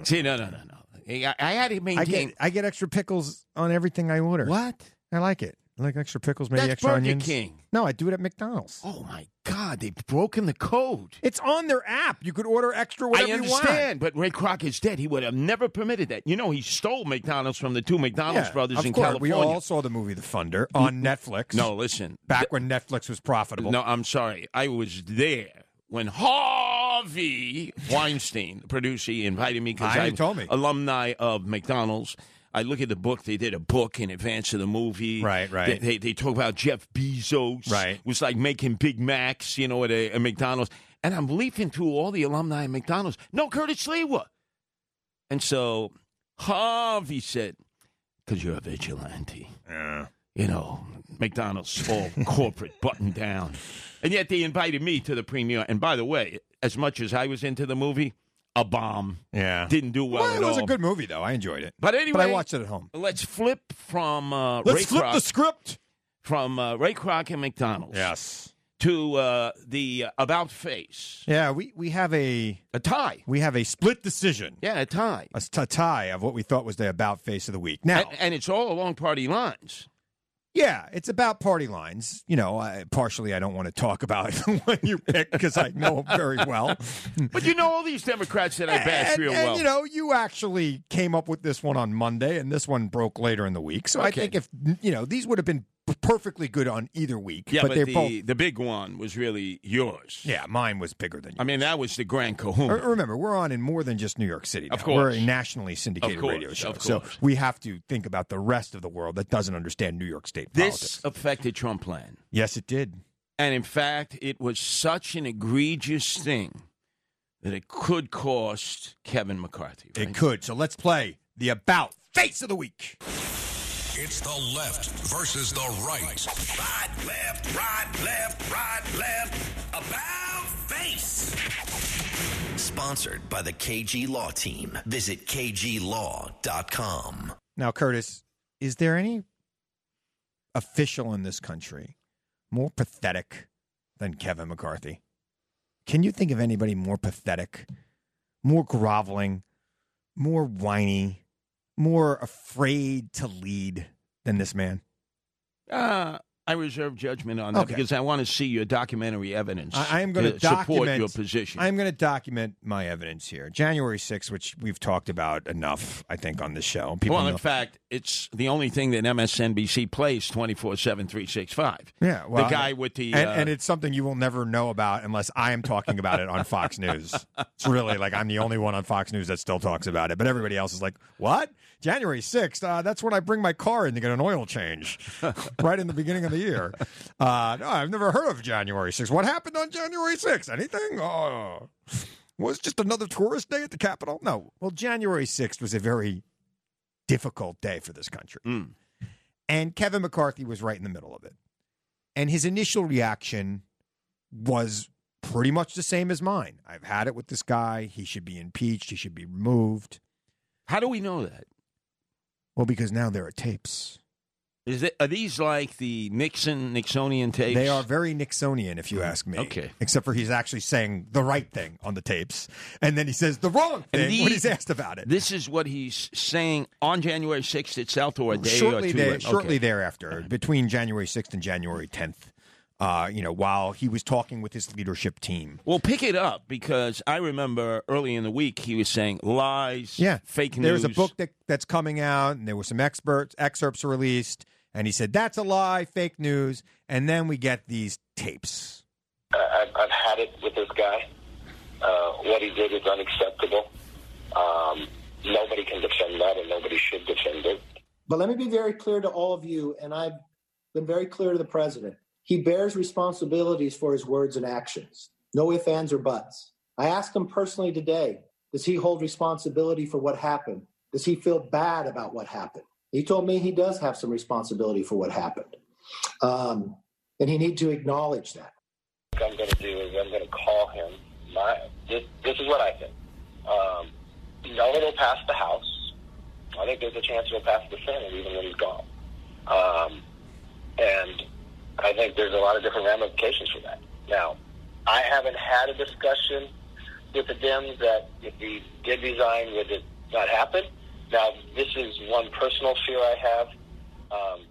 B: See, no, no, no, no. I, I had to
C: Mm. I
B: maintain.
C: get I get extra pickles on everything I order.
B: what?
C: I like it. I like extra pickles, maybe
B: That's
C: extra
B: Burger
C: onions.
B: King.
C: No, I do it at McDonald's.
B: Oh my God, they've broken the code.
C: It's on their app. You could order extra
B: I
C: whatever you want.
B: understand, but Ray Kroc is dead. He would have never permitted that. You know, he stole McDonald's from the two McDonald's
C: Yeah,
B: brothers
C: of
B: in
C: course.
B: California.
C: We all saw the movie The Thunder on Netflix.
B: no, listen.
C: back when Netflix was profitable.
B: No, I'm sorry. I was there when Harvey Weinstein, the producer, he invited me because
C: Ah, you
B: I'm
C: told me.
B: alumni of McDonald's. I look at the book. They did a book in advance of the movie.
C: Right, right.
B: They, they, they talk about Jeff Bezos.
C: Right.
B: was like making Big Macs, you know, at a, a McDonald's. And I'm leafing through all the alumni at McDonald's. No Curtis Lewa. And so Harvey said, because you're a vigilante you know, McDonald's all corporate buttoned down. And yet they invited me to the premiere. And by the way, as much as I was into the movie, a bomb.
C: Yeah.
B: Didn't do well,
C: Well,
B: at
C: it was
B: all.
C: a good movie though. I enjoyed it.
B: But anyway,
C: but I watched it at home.
B: Let's flip from uh,
C: Let's
B: Ray
C: flip
B: Kroc,
C: the script.
B: from uh, Ray Kroc and McDonald's
C: Yes.
B: to uh, the uh, about face.
C: Yeah, we, we have a
B: A tie.
C: we have a split decision,
B: Yeah, a tie.
C: a, t- tie of what we thought was the about face of the week. Now,
B: And, and it's all along party lines.
C: yeah, it's about party lines. You know, I, partially I don't want to talk about what you picked because I know them very well.
B: But you know all these Democrats that I bash
C: and,
B: real
C: and,
B: well.
C: you know, you actually came up with this one on Monday, and this one broke later in the week. So I
B: Okay.
C: think if you know, these would have been p- perfectly good on either week.
B: yeah, but,
C: they're
B: the,
C: both.
B: the big one was really yours.
C: Yeah, Er, mine was bigger than yours.
B: I mean, that was the grand kahuna.
C: R- Remember, we're on in more than just New York City. Now.
B: Of course.
C: We're a nationally syndicated
B: Of course,
C: radio show.
B: of
C: So
B: course.
C: we have to think about the rest of the world that doesn't understand New York state
B: This
C: politics.
B: affected Trump plan.
C: Yes, it did.
B: And in fact, it was such an egregious thing that it could cost Kevin McCarthy. right?
C: It could. So let's play the about face of the week.
A: It's the left versus the right. Right, left, right, left, right, left. About face.
F: Sponsored by the KG Law Team. Visit KGLaw.com.
C: Now, Curtis, is there any official in this country more pathetic than Kevin McCarthy? Can you think of anybody more pathetic, more groveling, more whiny, more afraid to lead than this man?
B: Uh, I reserve judgment on that
C: Okay.
B: because I want to see your documentary evidence.
C: I, I am going to
B: support
C: document
B: your position.
C: I am going to document my evidence here. January 6th, which we've talked about enough, I think, on this show. People
B: well,
C: know-
B: in fact, it's the only thing that MSNBC plays 24 7, 365.
C: yeah, well,
B: the guy with the.
C: and,
B: uh,
C: and it's something you will never know about unless I am talking about it on Fox News. It's really like I'm the only one on Fox News that still talks about it, but everybody else is like, "What? January sixth? Uh, that's when I bring my car in to get an oil change, right in the beginning of the year." Uh, no, I've never heard of January sixth. What happened on January sixth? Anything? Oh, was it just another tourist day at the Capitol? No. Well, January sixth was a very difficult day for this country.
B: Mm.
C: And Kevin McCarthy was right in the middle of it. And his initial reaction was pretty much the same as mine. I've had it with this guy. He should be impeached. He should be removed.
B: how do we know that?
C: Well, because now there are tapes.
B: Is it, are these like the Nixon, Nixonian tapes?
C: They are very Nixonian, if you ask me.
B: Okay.
C: Except for he's actually saying the right thing on the tapes. And then he says the wrong thing
B: And the-
C: when he's asked about it.
B: This is what he's saying on January 6th itself, or a day
C: shortly,
B: or two
C: there-
B: later.
C: shortly
B: Okay.
C: thereafter, between January 6th and January 10th, uh, you know, while he was talking with his leadership team.
B: Well, pick it up because I remember early in the week he was saying lies,
C: Yeah,
B: fake news.
C: There's a book that that's coming out, and there were some experts excerpts released, and he said that's a lie, fake news, and then we get these tapes.
G: I- I've, I've had it with this guy. Uh, what he did is unacceptable. Um, nobody can defend that, and nobody should defend it.
H: But let me be very clear to all of you, and I've been very clear to the president. He bears responsibilities for his words and actions. No ifs, ands, or buts. I asked him personally today does he hold responsibility for what happened? Does he feel bad about what happened? He told me he does have some responsibility for what happened. Um, and he need to acknowledge that.
G: What I'm going to do is I'm going to call him. My this, this is what I think. Um, no one will pass the House. I think there's a chance he'll pass the Senate even when he's gone. Um, and I think there's a lot of different ramifications for that. Now, I haven't had a discussion with the Dems that if he did resign, would it not happen? Now, this is one personal fear I have. Um,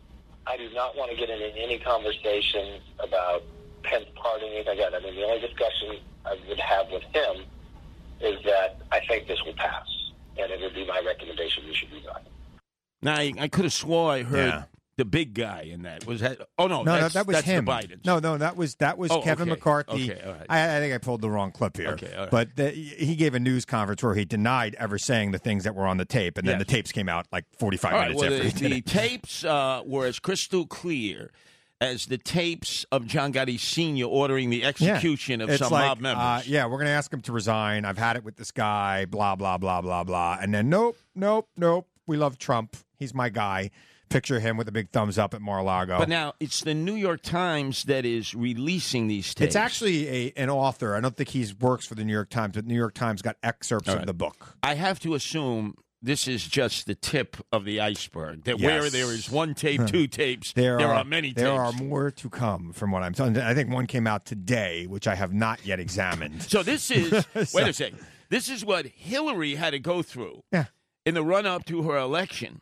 G: I do not want to get into any conversation about Pence pardoning anything like that. I mean, the only discussion I would have with him is that I think this will pass, and it would be my recommendation we should do that.
B: Now, I, I could have swore I heard
C: Yeah.
B: the big guy in that. Was that? Oh no,
C: No,
B: that's,
C: that was
B: that's
C: him.
B: The Bidens.
C: No, no, that was that was
B: Oh,
C: Kevin
B: okay.
C: McCarthy.
B: Okay, all right.
C: I, I think I pulled the wrong clip here.
B: Okay, all right.
C: But the, he gave a news conference where he denied ever saying the things that were on the tape, and then
B: Yes.
C: the tapes came out like forty five
B: All right.
C: minutes
B: Well,
C: after
B: the,
C: he did
B: the
C: it.
B: tapes uh, were as crystal clear as the tapes of John Gotti Sr. ordering the execution of
C: It's
B: some
C: like,
B: mob members.
C: uh, yeah, we're going to ask him to resign. I've had it with this guy, blah, blah, blah, blah, blah. And then, nope, nope, nope. We love Trump. He's my guy. Picture him with a big thumbs up at Mar a Lago.
B: But now it's the New York Times that is releasing these tapes.
C: it's actually a, an author. I don't think he works for the New York Times, but New York Times got excerpts of the book.
B: I have to assume this is just the tip of the iceberg. That
C: Yes.
B: where there is one tape, two tapes,
C: There,
B: are, many
C: There are
B: tapes.
C: more to come, from what I'm telling. I think one came out today, which I have not yet examined.
B: So this is wait a second. This is what Hillary had to go through
C: Yeah.
B: in the run up to her election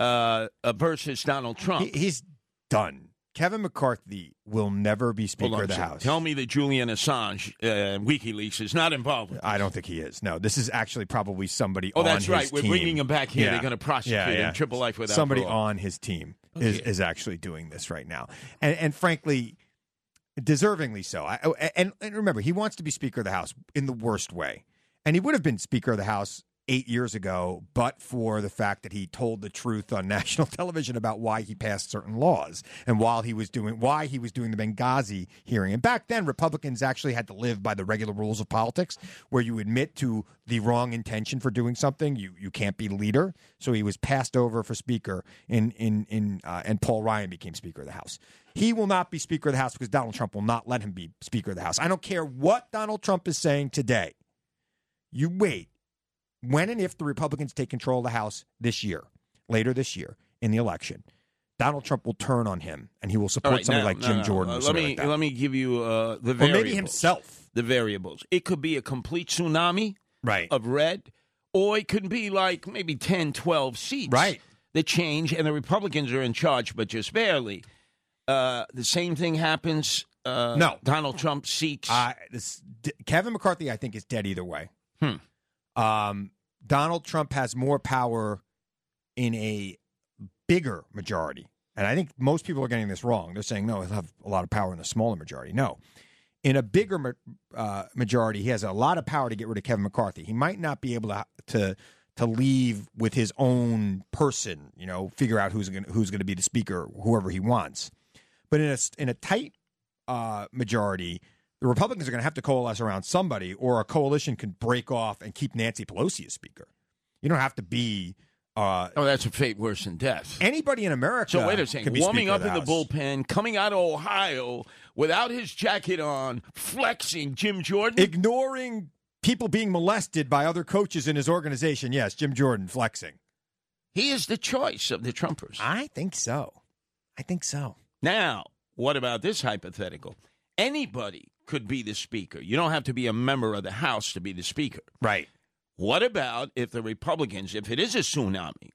B: uh, uh, versus Donald Trump.
C: He- he's done. Kevin McCarthy will never be Speaker
B: Hold on,
C: of the
B: sir.
C: House.
B: Tell me that Julian Assange, uh, WikiLeaks, is not involved. With
C: I don't think he is. No, this is actually probably somebody.
B: Oh,
C: on
B: that's
C: his
B: right. We're
C: team.
B: bringing him back here. They're gonna prosecute
C: Yeah,
B: him,
C: yeah.
B: triple life without
C: somebody
B: parole.
C: on his team is
B: Okay.
C: is actually doing this right now, and and frankly, deservingly so. I, oh, and and remember, he wants to be Speaker of the House in the worst way, and he would have been Speaker of the House. Eight years ago, but for the fact that he told the truth on national television about why he passed certain laws and while he was doing why he was doing the Benghazi hearing, and back then Republicans actually had to live by the regular rules of politics, where you admit to the wrong intention for doing something, you you can't be leader. So he was passed over for speaker in in in uh, and Paul Ryan became Speaker of the House. He will not be Speaker of the House because Donald Trump will not let him be Speaker of the House. I don't care what Donald Trump is saying today. You wait when and if the Republicans take control of the House this year, later this year in the election. Donald Trump will turn on him, and he will
B: All
C: support
B: right,
C: somebody
B: now-
C: like
B: no,
C: Jim
B: no,
C: Jordan.
B: uh,
C: or
B: let
C: something
B: me
C: like that.
B: let me give you uh, the
C: or
B: variables.
C: maybe himself.
B: The variables. It could be a complete tsunami
C: Right.
B: of red, or it could be like maybe 10, 12 seats.
C: Right.
B: The change, and the Republicans are in charge, but just barely. Uh, the same thing happens. Uh,
C: No.
B: Donald Trump seeks.
C: Uh, this, D- Kevin McCarthy, I think, is dead either way.
B: Hmm.
C: Um, Donald Trump has more power in a bigger majority. And I think most people are getting this wrong. They're saying, no, he'll have a lot of power in a smaller majority. No. In a bigger ma- uh, majority, he has a lot of power to get rid of Kevin McCarthy. He might not be able to to to leave with his own person, you know, figure out who's going who's going to be the speaker, whoever he wants. But in a s- in a tight uh, majority, the Republicans are going to have to coalesce around somebody, or a coalition can break off and keep Nancy Pelosi as speaker. You don't have to be uh,
B: oh, that's a fate worse than death.
C: anybody in America.
B: So wait a second.
C: uh, can be
B: Warming
C: Speaker
B: up
C: of
B: in the
C: House.
B: bullpen, coming out of Ohio without his jacket on, flexing Jim Jordan.
C: ignoring people being molested by other coaches in his organization. Yes, Jim Jordan flexing.
B: he is the choice of the Trumpers.
C: I think so. I think so.
B: Now, what about this hypothetical? Anybody could be the speaker. You don't have to be a member of the House to be the speaker.
C: Right.
B: What about if the Republicans, if it is a tsunami,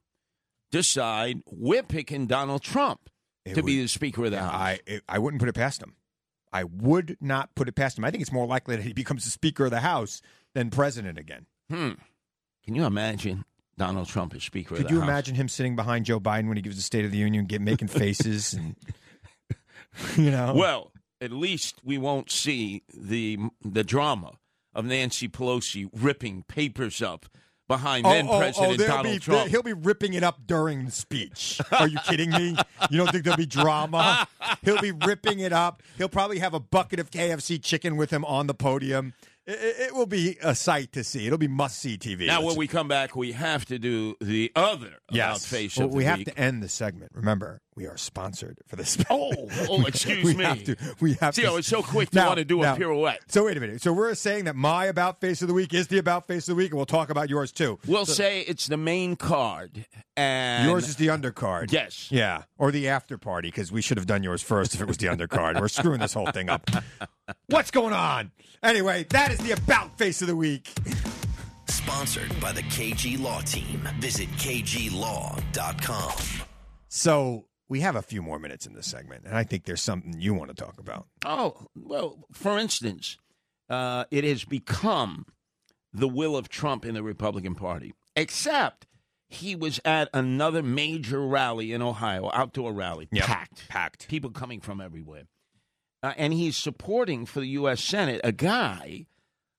B: decide we're picking Donald Trump
C: It
B: to be
C: would-
B: the speaker of the House?
C: I it, I wouldn't put it past him. I would not put it past him. I think it's more likely that he becomes the Speaker of the House than President again.
B: hmm. Can you imagine Donald Trump as speaker of
C: Could
B: the
C: you
B: House?
C: imagine him sitting behind Joe Biden when he gives the State of the Union, get making faces and you know?
B: Well, at least we won't see the the drama of Nancy Pelosi ripping papers up behind
C: Oh,
B: then
C: oh, oh,
B: President
C: they'll
B: Donald
C: be,
B: Trump.
C: He'll be ripping it up during the speech. Are you kidding me? You don't think there'll be drama? He'll be ripping it up. He'll probably have a bucket of KFC chicken with him on the podium. It, it- it will be a sight to see. It'll be must see TV.
B: Now,
C: Let's-
B: when we come back, we have to do the other about face
C: Well,
B: of
C: we
B: the
C: have
B: week.
C: to end the segment. Remember, we are sponsored for this.
B: Oh, oh, excuse
C: we
B: me.
C: Have to, we have
B: See,
C: to.
B: I was so quick to want to do a pirouette.
C: So wait a minute. So we're saying that my about face of the week is the about face of the week, and we'll talk about yours too.
B: We'll say it's the main card, and
C: Yours is the undercard.
B: yes.
C: Yeah, or the after party because we should have done yours first if it was the undercard. We're screwing this whole thing up. What's going on? Anyway, that is the about face of the week.
F: Sponsored by the KG Law Team. Visit KGLaw.com.
C: So we have a few more minutes in this segment, and I think there's something you want to talk about.
B: Oh, well, for instance, uh, it has become the will of Trump in the Republican Party, except he was at another major rally in Ohio, outdoor rally,
C: Yep.
B: packed,
C: Packed.
B: people coming from everywhere. Uh, and he's supporting for the U.S. Senate a guy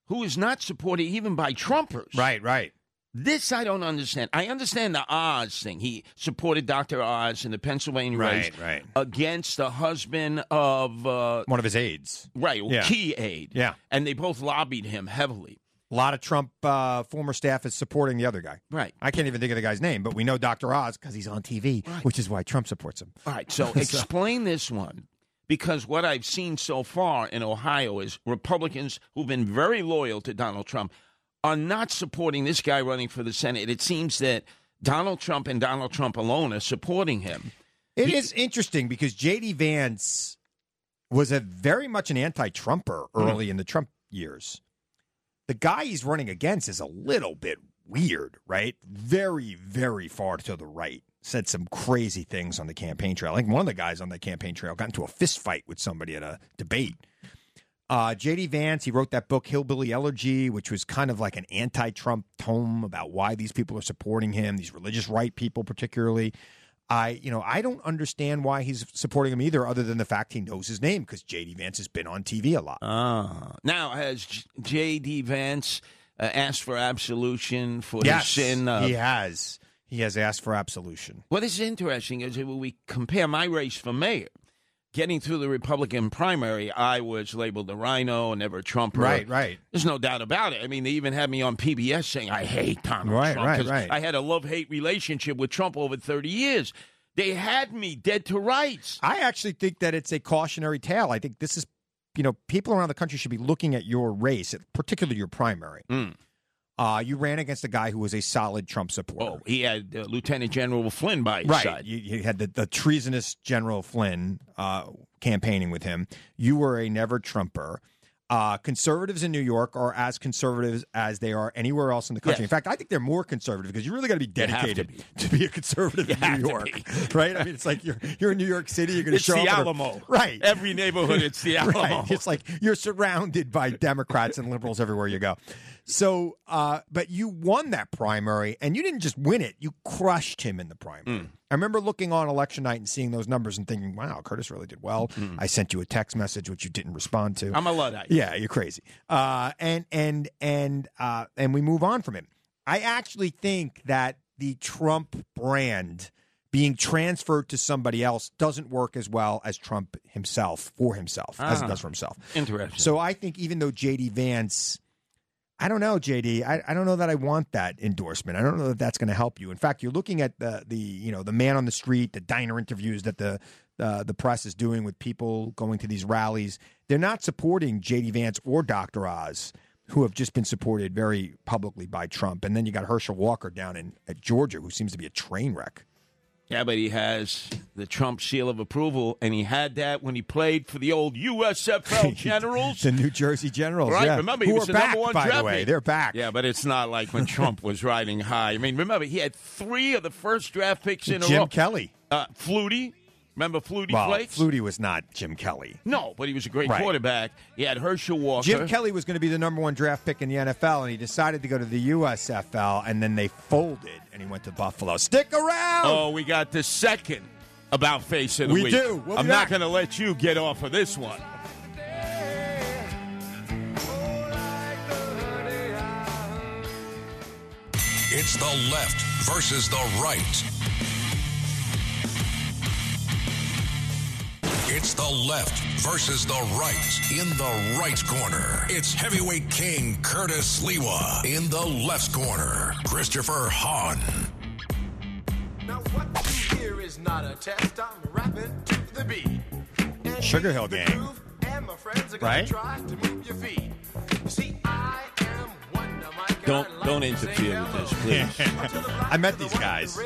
B: who is not supported even by Trumpers.
C: Right, right.
B: This I don't understand. I understand the Oz thing. He supported Dr. Oz in the Pennsylvania race
C: Right, right.
B: against the husband of uh,
C: One of his aides.
B: Right, well,
C: Yeah.
B: key aid.
C: Yeah.
B: And they both lobbied him heavily.
C: A lot of Trump uh, former staff is supporting the other guy.
B: Right.
C: I can't even think of the guy's name, but we know Dr. Oz because he's on TV, which is why Trump supports him.
B: All right, so explain this one because what I've seen so far in Ohio is Republicans who've been very loyal to Donald Trump are not supporting this guy running for the Senate. It seems that Donald Trump and Donald Trump alone are supporting him.
C: It is interesting because J.D. Vance was a very much an anti-Trumper early in the Trump years. The guy he's running against is a little bit weird, right? Very, very far to the right. Said some crazy things on the campaign trail. I think one of the guys on the campaign trail got into a fist fight with somebody at a debate. Uh, J.D. Vance, he wrote that book, Hillbilly Elegy, which was kind of like an anti Trump tome about why these people are supporting him, these religious right people, particularly. I, you know, I don't understand why he's supporting him either, other than the fact he knows his name because J.D. Vance has been on TV a lot.
B: Ah. Now, has J- J.D. Vance uh, asked for absolution for his sin? Uh,
C: he has. He has asked for absolution.
B: What is interesting is that when we compare my race for mayor, getting through the Republican primary, I was labeled a rhino, never a Trumper.
C: right.
B: There's no doubt about it. I mean, they even had me on PBS saying I hate Donald
C: Right,
B: Trump.
C: right,
B: 'cause
C: right.
B: I had a love hate relationship with Trump over 30 years. They had me dead to rights.
C: I actually think that it's a cautionary tale. I think this is, you know, people around the country should be looking at your race, particularly your primary.
B: Mm.
C: Uh, you ran against a guy who was a solid Trump supporter.
B: Oh, he had uh, Lieutenant General Flynn by his
C: right.
B: side.
C: You, you had the, the treasonous General Flynn uh, campaigning with him. You were a never Trumper. Uh, conservatives in New York are as conservative as they are anywhere else in the country.
B: Yes.
C: In fact, I think they're more conservative because you really got to be
B: You have to
C: dedicated to be. a conservative
B: You have
C: in
B: to
C: New York,
B: be.
C: right? I mean, it's like you're you're in New York City. You're going to
B: It's
C: show
B: the
C: up, at a-
B: Alamo.
C: right?
B: Every neighborhood, it's the Alamo.
C: Right. It's like you're surrounded by Democrats and liberals everywhere you go. So, uh, but you won that primary and you didn't just win it, you crushed him in the
B: Hmm.
C: primary. I remember looking on election night and seeing those numbers and thinking, wow, Curtis really did well.
B: Hmm.
C: I sent you a text message, which you didn't respond to.
B: I'm a Luddite.
C: Yeah, you're crazy. Uh, and and and uh, and we move on from him. I actually think that the Trump brand being transferred to somebody else doesn't work as well as Trump himself for himself as it
B: Ah.
C: does for himself.
B: Interesting.
C: So I think even though JD Vance, I don't know JD, I, I don't know that I want that endorsement. I don't know that that's going to help you. In fact, you're looking at the the you know the man on the street, the diner interviews that the uh, the press is doing with people going to these rallies. They're not supporting JD Vance or Dr. Oz. Who have just been supported very publicly by Trump, and then you got Herschel Walker down in at Georgia, who seems to be a train wreck.
B: Yeah, but he has the Trump seal of approval, and he had that when he played for the old USFL Generals.
C: the New Jersey Generals,
B: Right,
C: yeah.
B: remember he
C: who
B: was
C: are
B: the
C: back
B: number one
C: by
B: draft
C: the way.
B: pick.
C: They're back.
B: Yeah, but it's not like when Trump was riding high. I mean, remember he had three of the first draft picks in a
C: Jim
B: row.
C: Kelly.
B: uh, Flutie, remember Flutie
C: Well,
B: Flakes?
C: Flutie was not Jim Kelly.
B: No, but he was a great
C: Right.
B: quarterback. He had Herschel Walker.
C: Jim Kelly was going to be the number one draft pick in the NFL, and he decided to go to the USFL, and then they folded, and he went to Buffalo. Stick around.
B: Oh, we got the second about face of the
C: We
B: week.
C: do. We'll be
B: I'm not
C: back.
B: going to let you get off of this one.
A: It's the left versus the right. It's the left versus the right. In the right corner, it's heavyweight king Curtis Lewa. In the left corner, Christopher Hahn.
I: Now what you hear is not a test. I'm rapping to the beat. And
C: Sugar Hill
I: the
C: Gang.
I: groove, and my friends are gonna
C: Right?
I: try to move your feet. You see, I am Wonder
J: Don't don't interfere with this, please.
C: I met these guys.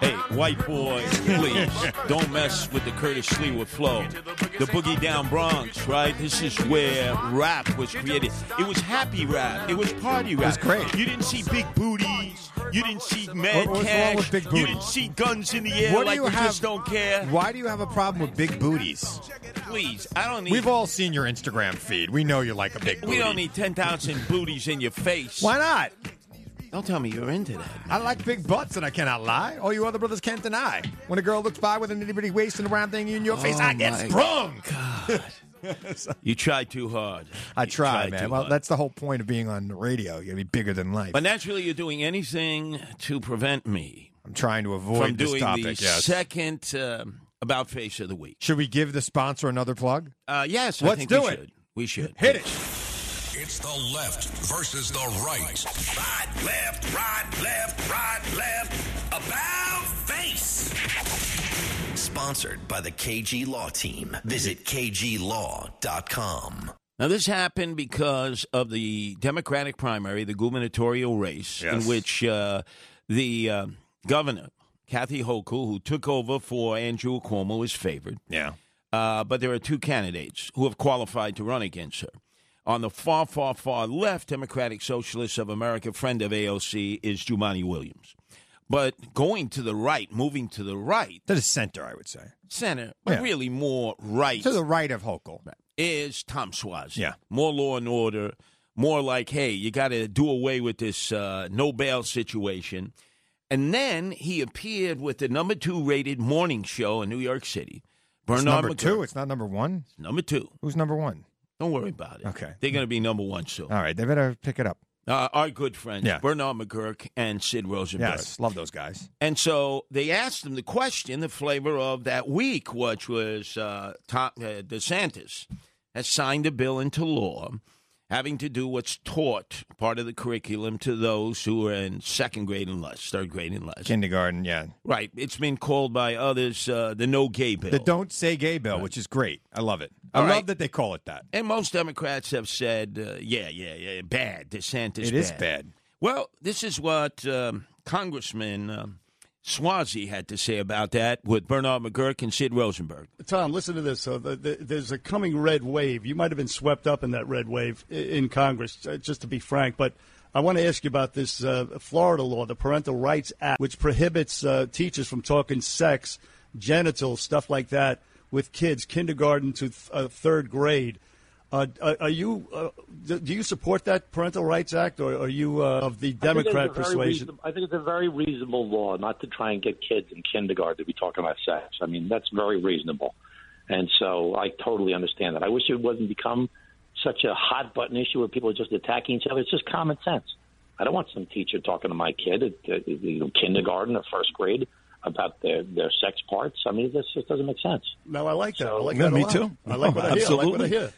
J: Hey, white boy, please don't mess with the Curtis Slewa flow. The Boogie Down Bronx, right? This is where rap was created. It was happy rap. It was party rap.
C: was great.
J: You didn't see Big Booty. You didn't see Mad
C: What- what's wrong
J: Cash.
C: with Big
J: You
C: Booty?
J: didn't see guns in the air
C: What do
J: like
C: you
J: you
C: have-
J: just don't care.
C: Why do you have a problem with big booties?
J: Please, I don't need.
C: We've all seen your Instagram feed. We know you like a big booty.
J: we don't need ten thousand booties in your face.
C: Why not?
B: Don't tell me you're into that.
C: I like big butts, and I cannot lie. All you other brothers can't deny. When a girl looks by with an itty bitty waist and a round thing in your
J: Oh
C: face, I get
B: my
C: sprung.
J: You try too hard.
C: I
J: You
C: try,
J: too
C: man. Well,
J: hard.
C: that's the whole point of being on the radio. You gotta be bigger than life.
B: But naturally, you're doing anything to prevent me
C: I'm trying to
B: from
C: avoid this
B: doing
C: topic.
B: the
C: yes.
B: second um about face of the week.
C: Should we give the sponsor another plug?
B: Uh, yes, I
C: Let's
B: think
C: do
B: we
C: it.
B: should. We should.
C: Hit it.
A: It's the left versus the right. Right, left, right, left, right, left.
F: About face. Sponsored by the KG Law Team. Visit KGLaw.com.
B: Now, this happened because of the Democratic primary, the gubernatorial race,
C: Yes.
B: in which uh, the uh, governor, Kathy Hochul, who took over for Andrew Cuomo, is favored.
C: Yeah.
B: Uh, but there are two candidates who have qualified to run against her. On the far, far, far left, Democratic Socialists of America, friend of AOC, is Jumani Williams. But going to the right, moving to the right,
C: To the center, I would say.
B: center, but
C: Yeah.
B: really more right
C: To the right of Hochul.
B: is Tom Suozzi.
C: Yeah.
B: More law and order, more like, hey, you got to do away with this uh, no bail situation. And then he appeared with the number two rated morning show in New York City.
C: It's
B: Bernard
C: number
B: McGurk.
C: two. It's not number one.
B: Number two.
C: Who's number one?
B: Don't worry about it.
C: Okay.
B: They're going to be number one soon.
C: All right, they better pick it up.
B: Uh, our good friends,
C: Yeah.
B: Bernard McGurk and Sid Rosenberg.
C: Yes, love those guys.
B: And so they asked him the question, the flavor of that week, which was uh, Tom, uh, DeSantis has signed a bill into law having to do what's taught part of the curriculum to those who are in second grade and less, third grade and less.
C: Kindergarten, yeah.
B: right. It's been called by others uh, the no gay bill.
C: The Don't Say Gay Bill, which is great. I love it. I
B: All
C: love
B: right.
C: that they call it that.
B: and most Democrats have said, uh, yeah, yeah, yeah, bad. DeSantis
C: It is bad.
B: Well, this is what um, Congressman um, Swazi had to say about that with Bernard McGurk and Sid Rosenberg.
K: Tom, listen to this. So the, the, there's a coming red wave. You might have been swept up in that red wave i- in Congress, uh, just to be frank. But I want to ask you about this uh, Florida law, the Parental Rights Act, which prohibits uh, teachers from talking sex, genitals, stuff like that, with kids, kindergarten to th- uh, third grade. Uh, are, are you? Uh, d- do you support that Parental Rights Act, or are you uh, of the
L: I think it's
K: Democrat
L: a very
K: persuasion?
L: reason- I think it's a very reasonable law not to try and get kids in kindergarten to be talking about sex. I mean, that's very reasonable. And so I totally understand that. I wish it wasn't become such a hot button issue where people are just attacking each other. It's just common sense. I don't want some teacher talking to my kid at uh, you know, kindergarten or first grade about their, their sex parts. I mean, this just doesn't make sense.
K: No, I like that. I like
L: Yeah,
K: that a
L: me
K: lot.
L: too.
K: I like what I hear. I like what I
L: Absolutely.
K: hear.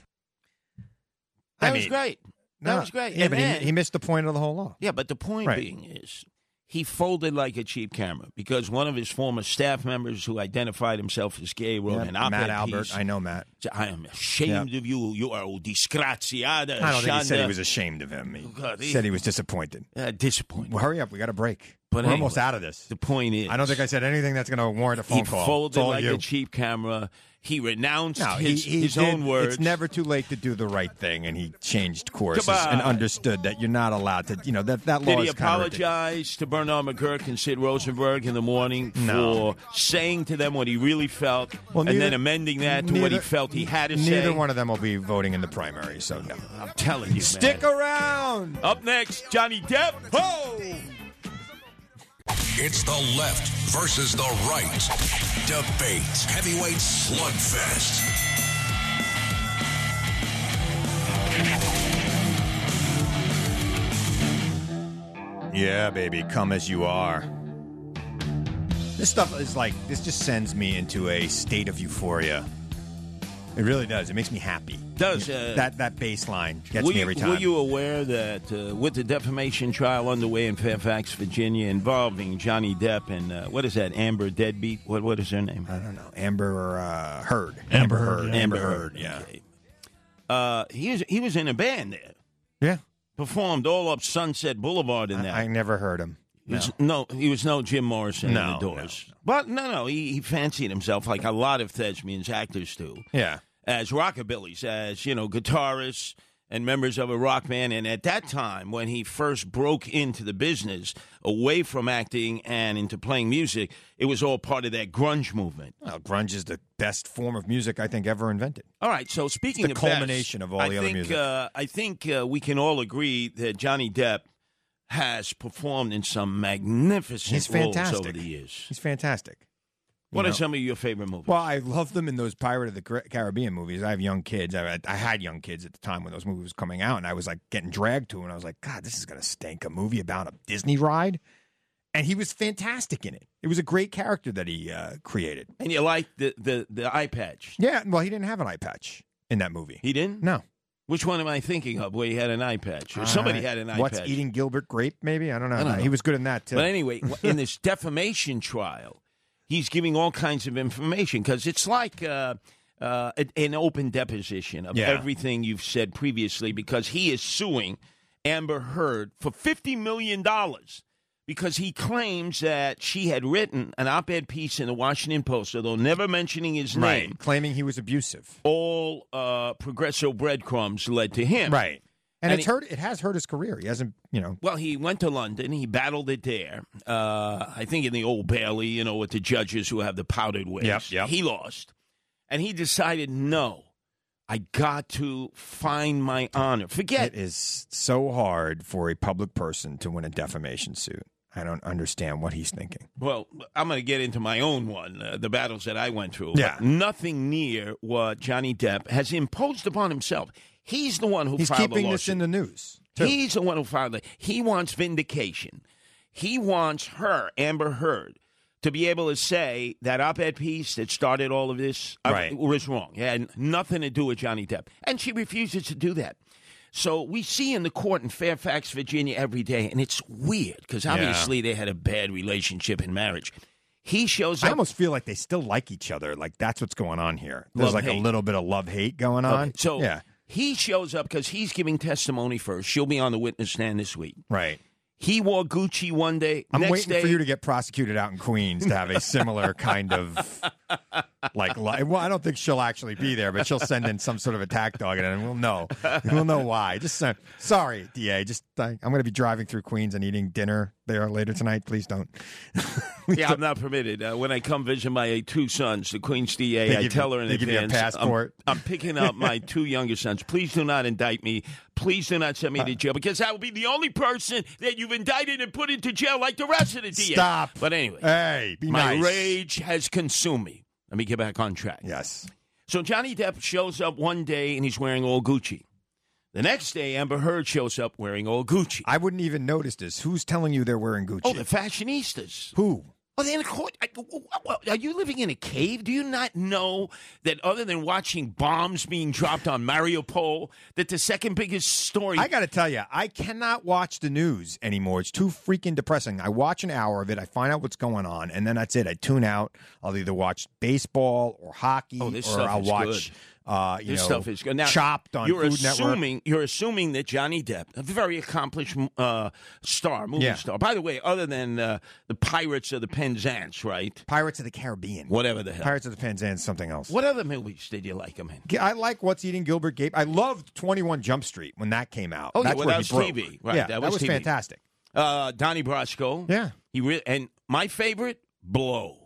B: That
C: I
B: was
C: mean,
B: great. That was great.
C: Yeah,
B: And
C: but
B: then-
C: he, he missed the point of the whole law.
B: Yeah, but the point
C: Right.
B: being is he folded like a cheap camera because one of his former staff members who identified himself as gay wrote an op-ed
C: Matt Albert,
B: piece.
C: I know Matt.
B: I am ashamed of you. You are disgraziata.
C: I don't think he said
B: Shonda." Oh,
C: he was ashamed of him. He
B: God, he-
C: said he was disappointed.
B: uh, disappointed.
C: Well, hurry up, we got a break.
B: But
C: We're almost
B: anyway,
C: out of this.
B: The point is,
C: I don't think I said anything that's going to warrant a phone
B: he
C: call.
B: folded
C: it's all
B: like
C: you.
B: a cheap camera. He renounced
C: no, he,
B: his,
C: he
B: his
C: did-
B: own words.
C: It's never too late to do the right thing, and he changed courses
B: Goodbye.
C: and understood that you're not allowed to. You know that that law
B: Did he
C: is kinda ridiculous.
B: apologize to Bernard McGurk and Sid Rosenberg in the morning
C: No.
B: for saying to them what he really felt
C: Well,
B: and
C: neither-
B: then amending that to what he
C: neither-
B: felt he had to
C: neither
B: say?
C: one of them will be voting in the primary, so no.
B: I'm telling you, man.
C: Stick around.
B: Up next, Johnny Depp. Ho!
A: It's the left versus the right. Debate. Heavyweight slugfest.
C: Yeah, baby, come as you are. This stuff is like this just sends me into a state of euphoria. It really does. It makes me happy.
B: Does, uh,
C: that that baseline gets
B: Were
C: me
B: you,
C: every time?
B: were you aware that uh, with the defamation trial underway in Fairfax, Virginia, involving Johnny Depp and uh, what is that, Amber Deadbeat? What what is her name?
C: I don't know. Amber uh, Heard.
D: Amber Heard,
C: Heard.
D: yeah.
C: Amber Heard. Yeah.
B: Okay. Uh, he was he was in a band there.
C: Yeah.
B: performed all up Sunset Boulevard in that.
C: I never heard him.
B: He was- No. he was no Jim Morrison in
C: No,
B: the Doors. But no, no, he, he fancied himself like a lot of thespians, actors do,
C: Yeah.
B: as rockabillys, as you know, guitarists and members of a rock band. And at that time, when he first broke into the business, away from acting and into playing music, it was all part of that grunge movement.
C: Well, grunge is the best form of music I think ever invented.
B: All right. So speaking
C: the
B: of
C: culmination of all
B: I
C: the other
B: think,
C: music.
B: uh, I think uh, we can all agree that Johnny Depp has performed in some magnificent
C: He's
B: roles
C: fantastic.
B: over the years.
C: He's fantastic. You
B: What are
C: know?
B: some of your favorite movies?
C: Well, I love them in those Pirate of the Car- Caribbean movies. I have young kids. I, I had young kids at the time when those movies was coming out, and I was like getting dragged to, it, and I was like, God, this is gonna stink. A movie about a Disney ride, and he was fantastic in it. It was a great character that he uh, created.
B: And you like the, the, the eye patch?
C: Yeah, well, he didn't have an eye patch in that movie.
B: He didn't?
C: No.
B: Which one am I thinking of where he had an eye patch? Or somebody
C: Uh,
B: had an eye
C: What's
B: patch.
C: eating Gilbert Grape? Maybe I don't know.
B: I don't know.
C: He was good in that too.
B: But anyway, w- in this defamation trial, he's giving all kinds of information because it's like uh, uh, an- an open deposition of
J: Yeah.
B: everything you've said previously because he is suing Amber Heard for $50 million because he claims that she had written an op ed piece in the Washington Post, although never mentioning his
C: right,
B: name.
C: claiming he was abusive.
B: All uh, Progresso breadcrumbs led to him.
C: Right, and, it's
B: he-
C: hurt. It has hurt his career. He hasn't, you know.
B: Well, he went to London. He battled it there. Uh, I think in the Old Bailey, you know, with the judges who have the powdered wigs.
C: Yep, yep.
B: He lost, and he decided, no, I got to find my honor. Forget
C: It is so hard for a public person to win a defamation suit. I don't understand what he's thinking.
B: Well, I'm going to get into my own one, uh, the battles that I went through.
C: Yeah.
B: But Nothing near what Johnny Depp has imposed upon himself. He's the one who
C: He's
B: filed
C: keeping
B: the
C: this
B: lawsuit.
C: in the news.
B: He's the one who filed it. He wants vindication. He wants her, Amber Heard, to be able to say that op-ed piece that started all of this uh,
J: Right.
B: was wrong. It had nothing to do with Johnny Depp, and she refuses to do that. So we see in the court in Fairfax, Virginia, every day, and it's weird because
C: Yeah.
B: obviously they had a bad relationship in marriage. He shows up.
C: I almost feel like they still like each other. Like that's what's going on here. There's
B: Love,
C: like a
B: hate.
C: little bit of love hate going
B: Okay,
C: on.
B: So
C: yeah,
B: he shows up because he's giving testimony first. She'll be on the witness stand this week.
C: right.
B: He wore Gucci one day.
C: I'm
B: next
C: waiting
B: day,
C: for you to get prosecuted out in Queens to have a similar kind of like. Li- well, I don't think she'll actually be there, but she'll send in some sort of attack dog, and then we'll know. We'll know why. Just send, sorry, DA. Just I, I'm going to be driving through Queens and eating dinner there later tonight. Please don't.
B: Yeah, I'm not permitted. Uh, when I come visit my two sons, the Queen's
C: They
B: DA, I
C: give
B: tell
C: you-
B: her in
C: they give you a
B: advance.
C: passport.
B: I'm, I'm picking up my two younger sons. Please do not indict me. Please do not
C: Uh,
B: send me to jail because I will be the only person that you've indicted and put into jail like the rest of the DA.
C: Stop.
B: But anyway,
C: Hey, be
B: my
C: nice.
B: rage has consumed me. Let me get back on track.
C: Yes.
B: So Johnny Depp shows up one day and he's wearing all Gucci. The next day, Amber Heard shows up wearing all Gucci.
C: I wouldn't even notice this. Who's telling you they're wearing Gucci?
B: Oh, the fashionistas.
C: Who?
B: Well, then, of course, Oh, I- w- w- are you living in a cave? Do you not know that other than watching bombs being dropped on Mariupol, that the second biggest story?
C: I got to tell you, I cannot watch the news anymore. It's too freaking depressing. I watch an hour of it, I find out what's going on, and then that's it. I tune out. I'll either watch baseball or hockey,
B: Oh, this
C: or
B: stuff
C: I'll
B: is
C: watch.
B: good.
C: Uh, you
B: this
C: know,
B: stuff is good. Now,
C: Chopped on
B: you're
C: Food
B: assuming you're assuming that Johnny Depp, a very accomplished uh, star, movie
C: Yeah.
B: star. By the way, other than uh, the Pirates of the Penzance, right?
C: Pirates of the Caribbean.
B: Whatever the
C: Network.
B: hell.
C: Pirates of the Penzance, something else.
B: What other movies did you like him in?
C: I like What's Eating Gilbert Gape. I loved Twenty One Jump Street when that came out.
B: Oh,
C: that's
B: yeah, well,
C: where
B: that
C: he
B: was
C: broke.
B: TV, right?
C: Yeah,
B: that was, TV.
C: fantastic.
B: Uh, Donnie Brasco.
C: Yeah.
B: He re- and my favorite, Blow.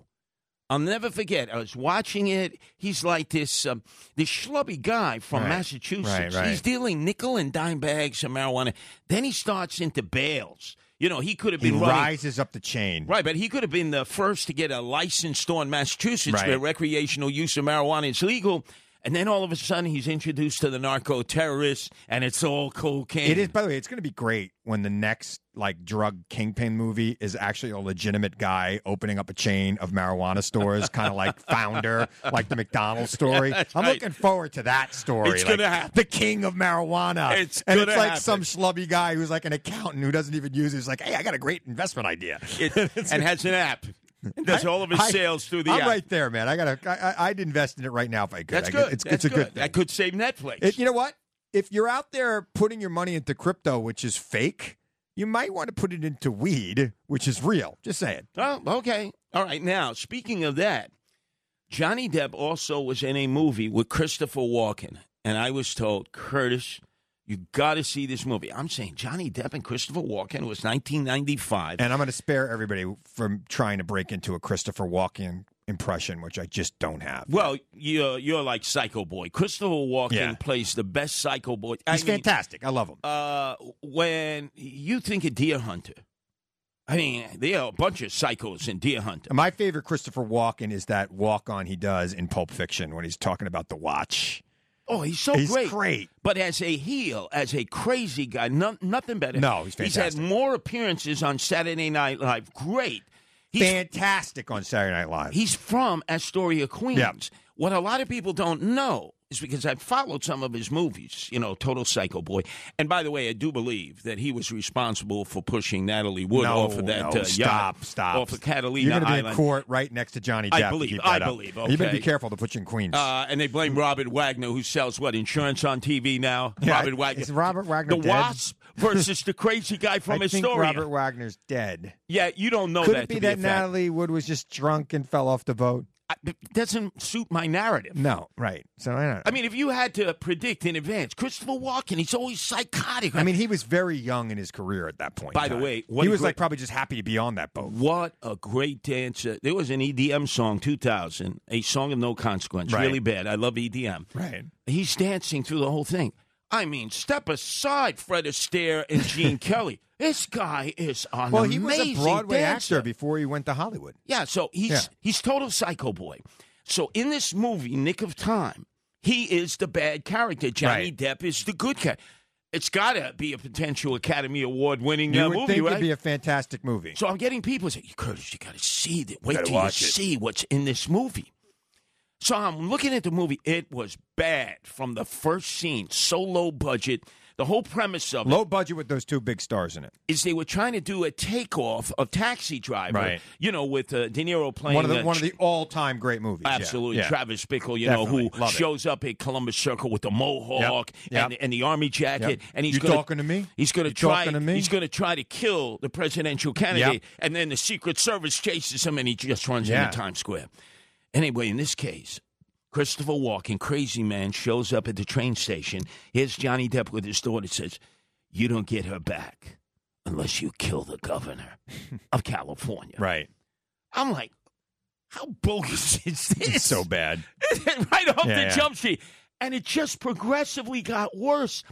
B: I'll never forget. I was watching it. He's like this um, this schlubby guy from
J: Right. Right,
B: Massachusetts.
J: right.
B: He's dealing nickel and dime bags of marijuana. Then he starts into bails. You know, he could have
C: He
B: been running-
C: rises up the chain.
B: Right, but he could have been the first to get a license store in Massachusetts
C: Right.
B: where recreational use of marijuana is legal. And then all of a sudden, he's introduced to the narco terrorists, and it's all cocaine.
C: It is. By the way, it's going to be great when the next like drug kingpin movie is actually a legitimate guy opening up a chain of marijuana stores, kind of like founder, like the McDonald's story.
J: That's
C: I'm
J: right.
C: looking forward to that story.
J: It's
C: like,
J: gonna happen.
C: The king of marijuana.
J: It's
C: and
J: gonna
C: it's like
J: happen.
C: some schlubby guy who's like an accountant who doesn't even use. it. He's like, hey, I got a great investment idea.
B: It- and has an app. And does all of his
C: I-
B: sales through the
C: I'm
B: app.
C: right there, man. I got. I, I, I'd invest in it right now if I could.
B: That's
C: I,
B: good.
C: It's,
B: That's
C: it's a good.
B: I could save Netflix.
C: It, you know what? if you're out there putting your money into crypto, which is fake, you might want to put it into weed, which is real. Just saying.
B: Oh, okay. All right. Now, speaking of that, Johnny Depp also was in a movie with Christopher Walken, and I was told, Curtis, you got to see this movie. I'm saying Johnny Depp and Christopher Walken was 1995.
C: And I'm going to spare everybody from trying to break into a Christopher Walken impression, which I just don't have.
B: Well, you're you're like Psycho Boy. Christopher Walken
C: Yeah.
B: plays the best Psycho Boy.
C: He's fantastic. I love him.
B: Uh, when you think of Deer Hunter, I mean, there are a bunch of psychos in Deer Hunter.
C: My favorite Christopher Walken is that walk on he does in Pulp Fiction when he's talking about the watch.
B: Oh, he's so
C: He's
B: great.
C: great.
B: But as a heel, as a crazy guy, no, nothing better.
C: No, he's
B: He's had more appearances on Saturday Night Live. Great. He's,
C: Fantastic on Saturday Night Live.
B: He's from Astoria, Queens. What a lot of people don't know is because I've followed some of his movies, you know, Total Psycho Boy. And by the way, I do believe that he was responsible for pushing Natalie Wood
C: no,
B: off of that
C: no,
B: uh,
C: stop,
B: yacht,
C: stop.
B: off of Catalina
C: You're gonna be
B: Island.
C: in court right next to Johnny Depp.
B: I
C: to
B: believe-
C: keep
B: I
C: that up.
B: believe,
C: You better
B: okay.
C: be careful to put you in Queens.
B: Uh, and they blame Robert Wagner, who sells what insurance on TV now.
C: Yeah,
B: Robert Wagner,
C: is Robert Wagner
B: the
C: dead?
B: Wasp versus the crazy guy from
C: I think
B: Astoria.
C: Robert Wagner's dead.
B: yeah, you don't know
C: Could
B: that
C: it be
B: to
C: that
B: be a fact.
C: Natalie Wood was just drunk and fell off the boat?
B: It doesn't suit my narrative.
C: No, right. So I don't.
B: I mean, if you had to predict in advance, Christopher Walken, he's always psychotic.
C: I mean, he was very young in his career at that point. in
B: By the
C: time.
B: way, what
C: he
B: a
C: was
B: great-
C: like probably just happy to be on that boat.
B: What a great dancer. There was an EDM song, 2000, a song of no consequence.
C: Right.
B: Really bad. I love E EDM.
C: Right.
B: He's dancing through the whole thing. I mean, step aside, Fred Astaire and Gene Kelly. This guy is an
C: Well, he was
B: amazing
C: a Broadway
B: dancer.
C: actor before he went to Hollywood.
B: Yeah, so he's
C: Yeah.
B: he's total psycho boy. So in this movie, Nick of Time, he is the bad character. Johnny Depp is the good guy. It's got to be a potential Academy Award winning
C: you
B: uh,
C: would
B: movie,
C: think
B: right?
C: it'd be a fantastic movie.
B: So I'm getting people say, Curtis, you got to see that. Wait
C: Gotta
B: till you
C: watch it."
B: see what's in this movie. So I'm looking at the movie. It was bad from the first scene. So low budget. The whole premise of it
C: Low budget with those two big stars in it.
B: is they were trying to do a takeoff of Taxi Driver.
C: Right.
B: You know, with uh, De Niro playing
C: one of the
B: uh,
C: one of the all time great movies. Yeah.
B: Absolutely.
C: Yeah.
B: Travis Bickle, you know,
C: Definitely.
B: who
C: Love it.
B: shows up at Columbus Circle with the mohawk
C: Yep.
B: And, and the army jacket.
C: Yep.
B: And he's
C: You
B: gonna,
C: talking to me?
B: He's going
C: You
B: try.
C: talking to me?
B: He's going to try to kill the presidential candidate, and then the Secret Service chases him, and he just runs
C: Yeah.
B: into Times Square. Anyway, in this case, Christopher Walken, crazy man, shows up at the train station. Here's Johnny Depp with his daughter. Says, "You don't get her back unless you kill the governor of California."
C: Right.
B: I'm like, how bogus is this?
C: It's so bad.
B: right off
C: Yeah,
B: the
C: yeah.
B: jump sheet. And it just progressively got worse.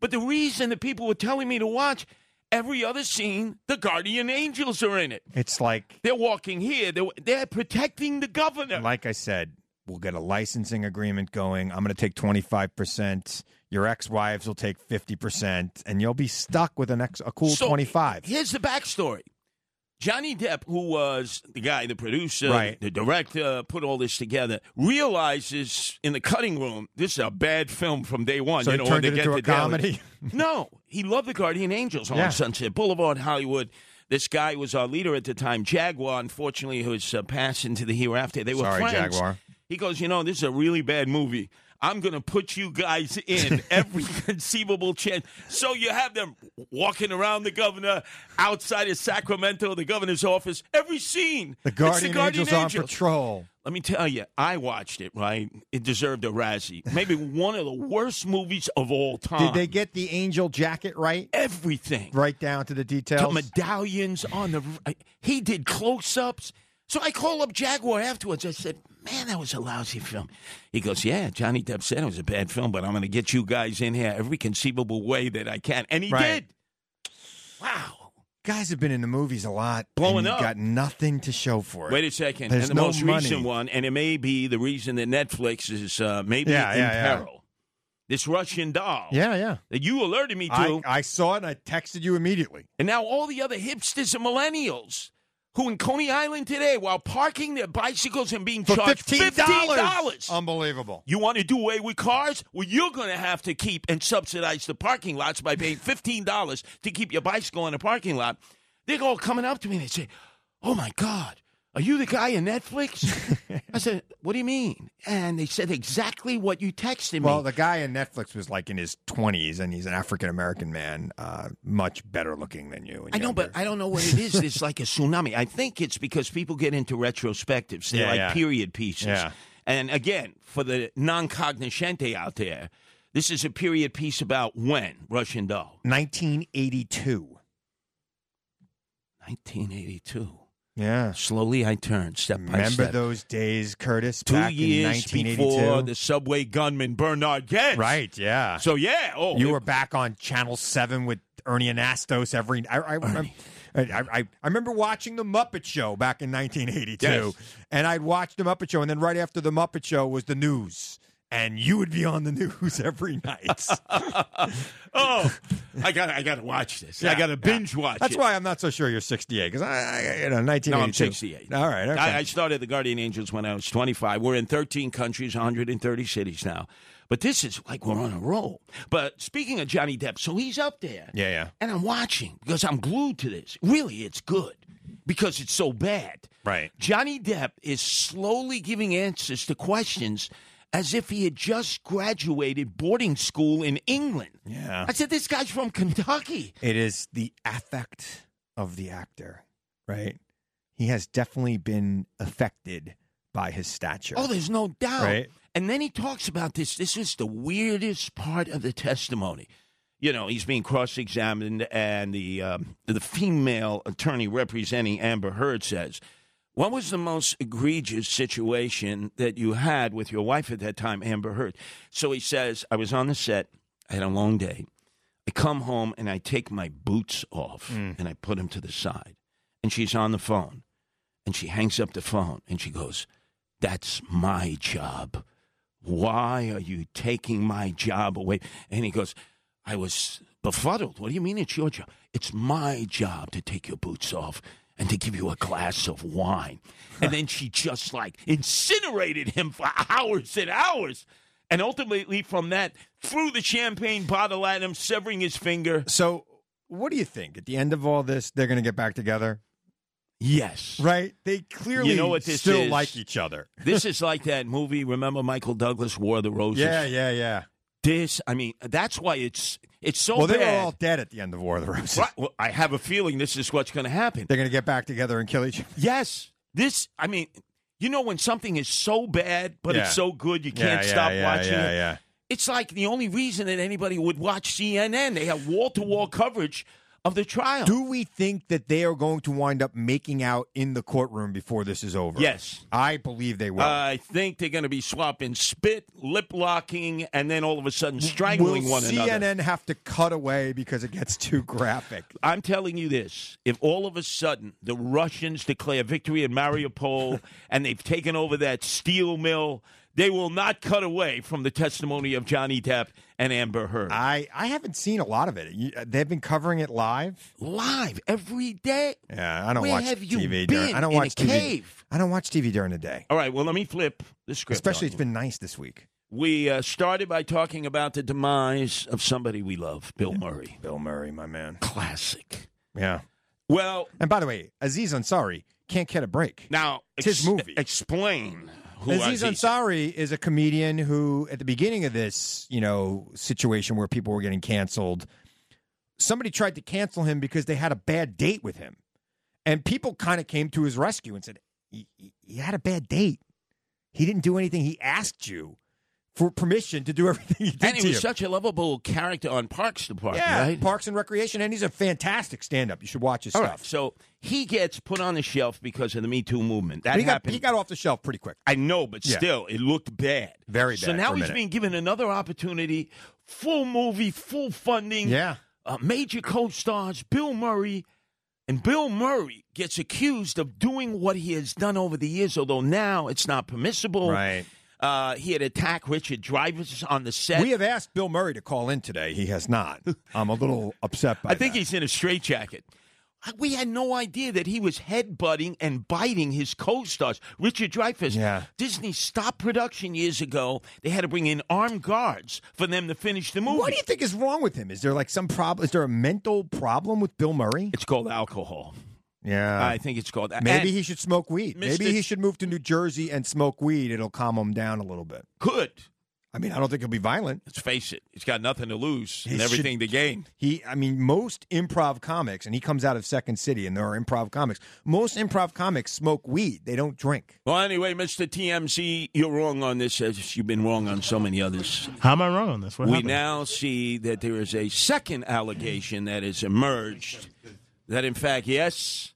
B: But the reason that people were telling me to watch every other scene, the guardian angels are in it.
C: It's like
B: They're walking here. They're, they're protecting the governor.
C: like I said, we'll get a licensing agreement going. I'm going to take 25 percent. Your ex wives will take 50 percent, and you'll be stuck with an ex a cool
B: So,
C: 25.
B: Here's the backstory. Johnny Depp, who was the guy, the producer,
C: Right.
B: the director, put all this together, realizes in the cutting room this is a bad film from day one.
C: So
B: you
C: he
B: know,
C: turned
B: when
C: it
B: they
C: into
B: get to
C: a
B: Dallas.
C: comedy?
B: no, he loved the Guardian Angels on
C: Yeah.
B: Sunset Boulevard, Hollywood. This guy was our leader at the time, Jaguar. Unfortunately, who was uh, passed into the hereafter. They were
C: Sorry,
B: friends.
C: Jaguar.
B: He goes, you know, this is a really bad movie. I'm going to put you guys in every conceivable chance. So you have them walking around the governor outside of Sacramento, the governor's office. Every scene,
C: The
B: it's
C: Guardian,
B: Guardian
C: Angels, on patrol.
B: Let me tell you, I watched it. Right, it deserved a Razzie. Maybe one of the worst movies of all time.
C: Did they get the angel jacket right?
B: everything?
C: Right down to the
B: The
C: details.
B: medallions on the. He did close ups. So I call up Jaguar afterwards. I said, Man, that was a lousy film. He goes, Yeah, Johnny Depp said it was a bad film, but I'm going to get you guys in here every conceivable way that I can. And he
C: Right.
B: did. Wow.
C: Guys have been in the movies a lot,
B: Blowing
C: and you
B: up.
C: Got nothing to show for it.
B: Wait a second.
C: There's
B: and the
C: no
B: most
C: money.
B: recent one, and it may be the reason that Netflix is uh, maybe
C: Yeah,
B: in
C: yeah, yeah.
B: peril. This Russian doll
C: Yeah, yeah.
B: that you alerted me to.
C: I, I saw it. and I texted you immediately.
B: And now all the other hipsters and millennials who in Coney Island today, while parking their bicycles and being
C: For Um,
B: charged
C: $15.
B: $15.
C: Unbelievable.
B: You want to do away with cars? Well, you're going to have to keep and subsidize the parking lots by paying $15 to keep your bicycle in a parking lot. They're all coming up to me and they say, Oh my God, Are you the guy in Netflix? I said, What do you mean? And they said exactly what you texted me.
C: Well, the guy in Netflix was like in his 20s, and he's an African American man, uh, much better looking than you. and
B: I know, but I don't know what it is. It's like a tsunami. I think it's because people get into retrospectives. They're
C: Yeah,
B: like
C: yeah.
B: period pieces.
C: Yeah.
B: And again, for the non cognoscente out there, this is a period piece about when Russian doll.
C: 1982.
B: 1982.
C: Yeah.
B: Slowly I turned, step by
C: Remember
B: step.
C: those days, Curtis?
B: Two
C: back
B: years
C: in 1982?
B: before the subway gunman Bernard Getz.
C: Right, yeah.
B: So yeah, oh,
C: you
B: it-
C: were back on Channel Seven with Ernie Anastos every. I I, remember, I, I, I remember watching the Muppet Show back in 1982, and I'd watch the Muppet Show, and then right after the Muppet Show was the news, and you would be on the news every night.
B: oh, I got, I got to watch this. I
C: Yeah,
B: got to binge
C: yeah.
B: watch.
C: That's
B: it.
C: why I'm not so sure you're 68 because I, I, you know, 1982.
B: No, I'm 68.
C: All right, okay.
B: I, I started the Guardian Angels when I was 25. We're in 13 countries, 130 cities now. But this is like we're on a roll. But speaking of Johnny Depp, so he's up there.
C: yeah, yeah.
B: And I'm watching because I'm glued to this. Really, it's good because it's so bad.
C: Right.
B: Johnny Depp is slowly giving answers to questions as if he had just graduated boarding school in England.
C: Yeah.
B: I said, this guy's from Kentucky.
C: It is the affect of the actor, right? He has definitely been affected by his stature.
B: Oh, there's no doubt.
C: Right.
B: And then he talks about this. This is the weirdest part of the testimony. You know, he's being cross-examined, and the um, the female attorney representing Amber Heard says, "What was the most egregious situation that you had with your wife at that time, Amber Heard?" So he says, "I was on the set. I had a long day. I come home and I take my boots off and I put them to the side. And she's on the phone, and she hangs up the phone and she goes." That's my job. Why are you taking my job away? And he goes, I was befuddled. What do you mean it's your job? It's my job to take your boots off and to give you a glass of wine. And then she just like incinerated him for hours and hours. And ultimately, from that, threw the champagne bottle at him, severing his finger.
C: So, what do you think? At the end of all this, they're going to get back together,
B: Yes.
C: right? They clearly
B: You know what this
C: still
B: is?
C: like each other.
B: This is like that movie. Remember, Michael Douglas wore the roses.
C: Yeah, yeah, yeah.
B: This, I mean, that's why it's it's so
C: well, they
B: bad.
C: were all dead at the end of War of the Roses.
B: Right. Well, I have a feeling this is what's going to happen.
C: They're going to get back together and kill each other.
B: Yes. This, I mean, you know, when something is so bad, but
C: Yeah.
B: it's so good, you
C: Yeah,
B: can't
C: yeah,
B: stop
C: yeah,
B: watching
C: yeah,
B: it.
C: yeah.
B: It's like the only reason that anybody would watch CNN. They have wall to wall coverage of the trial.
C: Do we think that they are going to wind up making out in the courtroom before this is over?
B: Yes. Uh,
C: I believe they will.
B: I think they're going to be swapping spit, lip locking, and then all of a sudden strangling
C: will
B: one
C: CNN
B: another.
C: have to cut away because it gets too graphic?
B: I'm telling you this: if all of a sudden the Russians declare victory in Mariupol and they've taken over that steel mill, they will not cut away from the testimony of Johnny Depp and Amber Heard.
C: I, I haven't seen a lot of it. You, they've been covering it live.
B: Live every day.
C: Yeah, I don't
B: Where
C: watch
B: have you
C: TV.
B: been
C: during, I don't
B: in
C: watch
B: a
C: TV.
B: cave?
C: I don't watch TV during the day.
B: All right, well, let me flip the script.
C: Especially,
B: on
C: it's
B: you.
C: been nice this week.
B: we uh, started by talking about the demise of somebody we love, Bill Murray.
C: Bill Murray, my man.
B: Classic.
C: Yeah.
B: Well,
C: And by the way, Aziz Ansari can't get a break.
B: now
C: It's his movie.
B: Explain who
C: Aziz
B: Aziz-
C: Ansari is a comedian who, at the beginning of this, you know, situation where people were getting canceled, somebody tried to cancel him because they had a bad date with him, and people kind of came to his rescue and said, "You you had a bad date. He didn't do anything. He asked you for permission to do everything he did
B: And
C: to
B: he was
C: you."
B: such a lovable character on Parks Department,
C: yeah,
B: right?
C: Parks and Recreation, and he's a fantastic stand-up. You should watch his
B: All right,
C: stuff.
B: so he gets put on the shelf because of the Me Too movement. That
C: But he got
B: happened.
C: he got off the shelf pretty quick.
B: I know, but
C: Yeah.
B: still, it looked bad.
C: Very
B: So
C: bad
B: now
C: for a
B: he's
C: minute.
B: being given another opportunity, full movie, full funding.
C: Yeah.
B: Uh, major co-stars, Bill Murray, and Bill Murray gets accused of doing what he has done over the years, although now it's not permissible.
C: Right.
B: Uh, he had attacked Richard Dreyfuss on the set.
C: We have asked Bill Murray to call in today. He has not. I'm a little upset by
B: I think
C: that.
B: he's in a straitjacket. I- We had no idea that he was headbutting and biting his co-stars. Richard Dreyfuss.
C: Yeah.
B: Disney stopped production years ago. They had to bring in armed guards for them to finish the movie.
C: What do you think is wrong with him? Is there like some problem? Is there a mental problem with Bill Murray?
B: It's called alcohol.
C: Yeah.
B: I think it's called.
C: Uh, Maybe
B: And-
C: he should smoke weed.
B: Mr.
C: Maybe he should move to New Jersey and smoke weed. It'll calm him down a little bit.
B: Could.
C: I mean, I don't think he'll be violent.
B: Let's face it. He's got nothing to lose
C: He
B: and
C: should-
B: everything to gain.
C: He, I mean, most improv comics, and he comes out of Second City, and there are improv comics. Most improv comics smoke weed; they don't drink.
B: Well, anyway, Mr. TMZ, you're wrong on this as you've been wrong on so many others.
D: How am I wrong on this? What
B: we
D: happened?
B: now see that there is a second allegation that has emerged that, in fact, yes,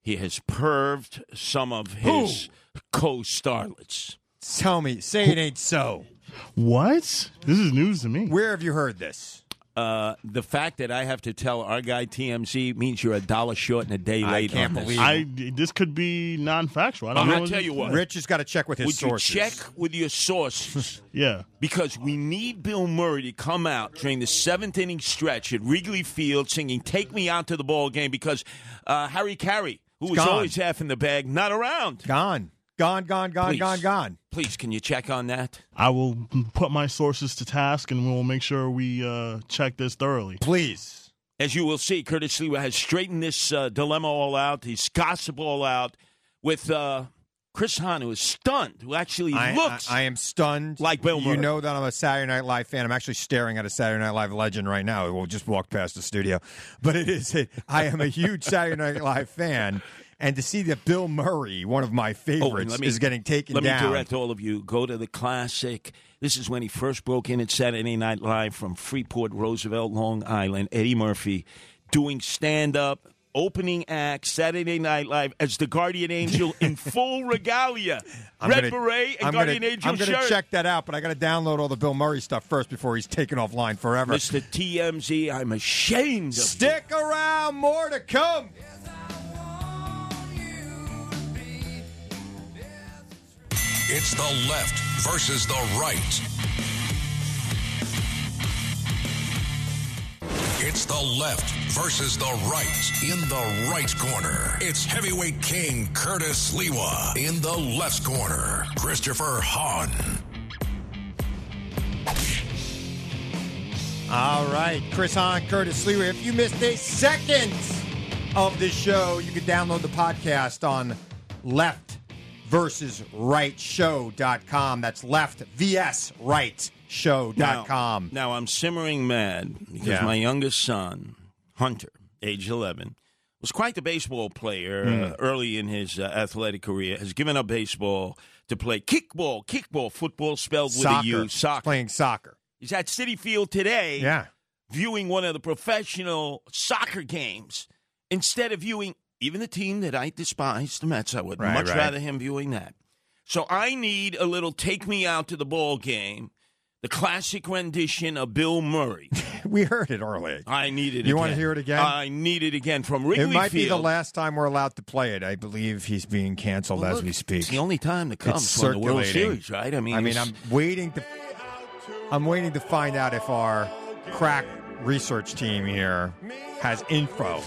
B: he has perved some of his co starlets.
C: Tell me, say it ain't so.
D: What? This is news to me.
C: Where have you heard this?
B: Uh, the fact that I have to tell our guy TMZ means you're a dollar short and a day late. on this.
D: I this could be non-factual. I don't
B: Well,
D: know.
B: I'll tell you what.
C: Rich has got to check with his
B: Would
C: sources.
B: you check with your sources?
D: yeah.
B: Because we need Bill Murray to come out during the seventh inning stretch at Wrigley Field singing "Take Me Out to the Ball Game" because uh, Harry Carey, who was
C: gone.
B: always half in the bag, not around.
C: Gone, gone, gone, gone,
B: Please.
C: gone, gone.
B: Please, can you check on that?
D: I will put my sources to task, and we'll make sure we uh, check this thoroughly.
C: Please.
B: As you will see, Curtis Lewa has straightened this uh, dilemma all out. He's gossip all out with uh, Chris Hahn, who is stunned, who actually
C: I,
B: looks.
C: I, I am stunned.
B: Like Bill Murray.
C: You know that I'm a Saturday Night Live fan. I'm actually staring at a Saturday Night Live legend right now. who just walked past the studio. But it is, it, I am a huge Saturday Night Live fan. And to see that Bill Murray, one of my
B: Oh,
C: favorites,
B: and let me-
C: is getting taken
B: Let
C: down.
B: me direct all of you. Go to the classic. This is when he first broke in at Saturday Night Live from Freeport, Roosevelt, Long Island. Eddie Murphy doing stand up, opening act, Saturday Night Live as the Guardian Angel in full regalia.
C: I'm
B: Red
C: gonna-
B: Beret and
C: I'm
B: Guardian
C: gonna,
B: Angel
C: I'm gonna
B: shirt.
C: check that out, but I got to download all the Bill Murray stuff first before he's taken offline forever.
B: Mr. TMZ, I'm ashamed of you.
C: Stick around, more to come.
A: It's the left versus the right. It's the left versus the right. In the right corner, it's heavyweight king Curtis Lewa. In the left corner, Christopher Hahn.
C: All right, Chris Hahn, Curtis Leary. If you missed a second of the show, you can download the podcast on left versus right show.com. That's left vs right
B: Now-
C: show.com.
B: Now, I'm simmering mad because
C: Yeah.
B: my youngest son, Hunter, age 11, was quite the baseball player
C: Hmm.
B: uh, early in his uh, athletic career. Has given up baseball to play kickball, kickball, football spelled with
C: soccer.
B: a U, soccer.
C: Playing soccer.
B: He's at City Field today,
C: Yeah.
B: viewing one of the professional soccer games instead of viewing even the team that I despise, the Mets. I would
C: Right,
B: much
C: right.
B: rather him viewing that. So I need a little take me out to the ball game, the classic rendition of Bill Murray.
C: We heard it early.
B: I need it.
C: You
B: want
C: wanna hear it again?
B: I need it again from Wrigley
C: It might be the
B: Field.
C: last time we're allowed to play it. I believe he's being canceled
B: Well,
C: as
B: look,
C: we speak.
B: It's the only time that comes
C: It's
B: from the World
C: circulating.
B: Series, right? I mean,
C: I mean,
B: it's-
C: I'm waiting to, I'm waiting to find out if our crack research team here has info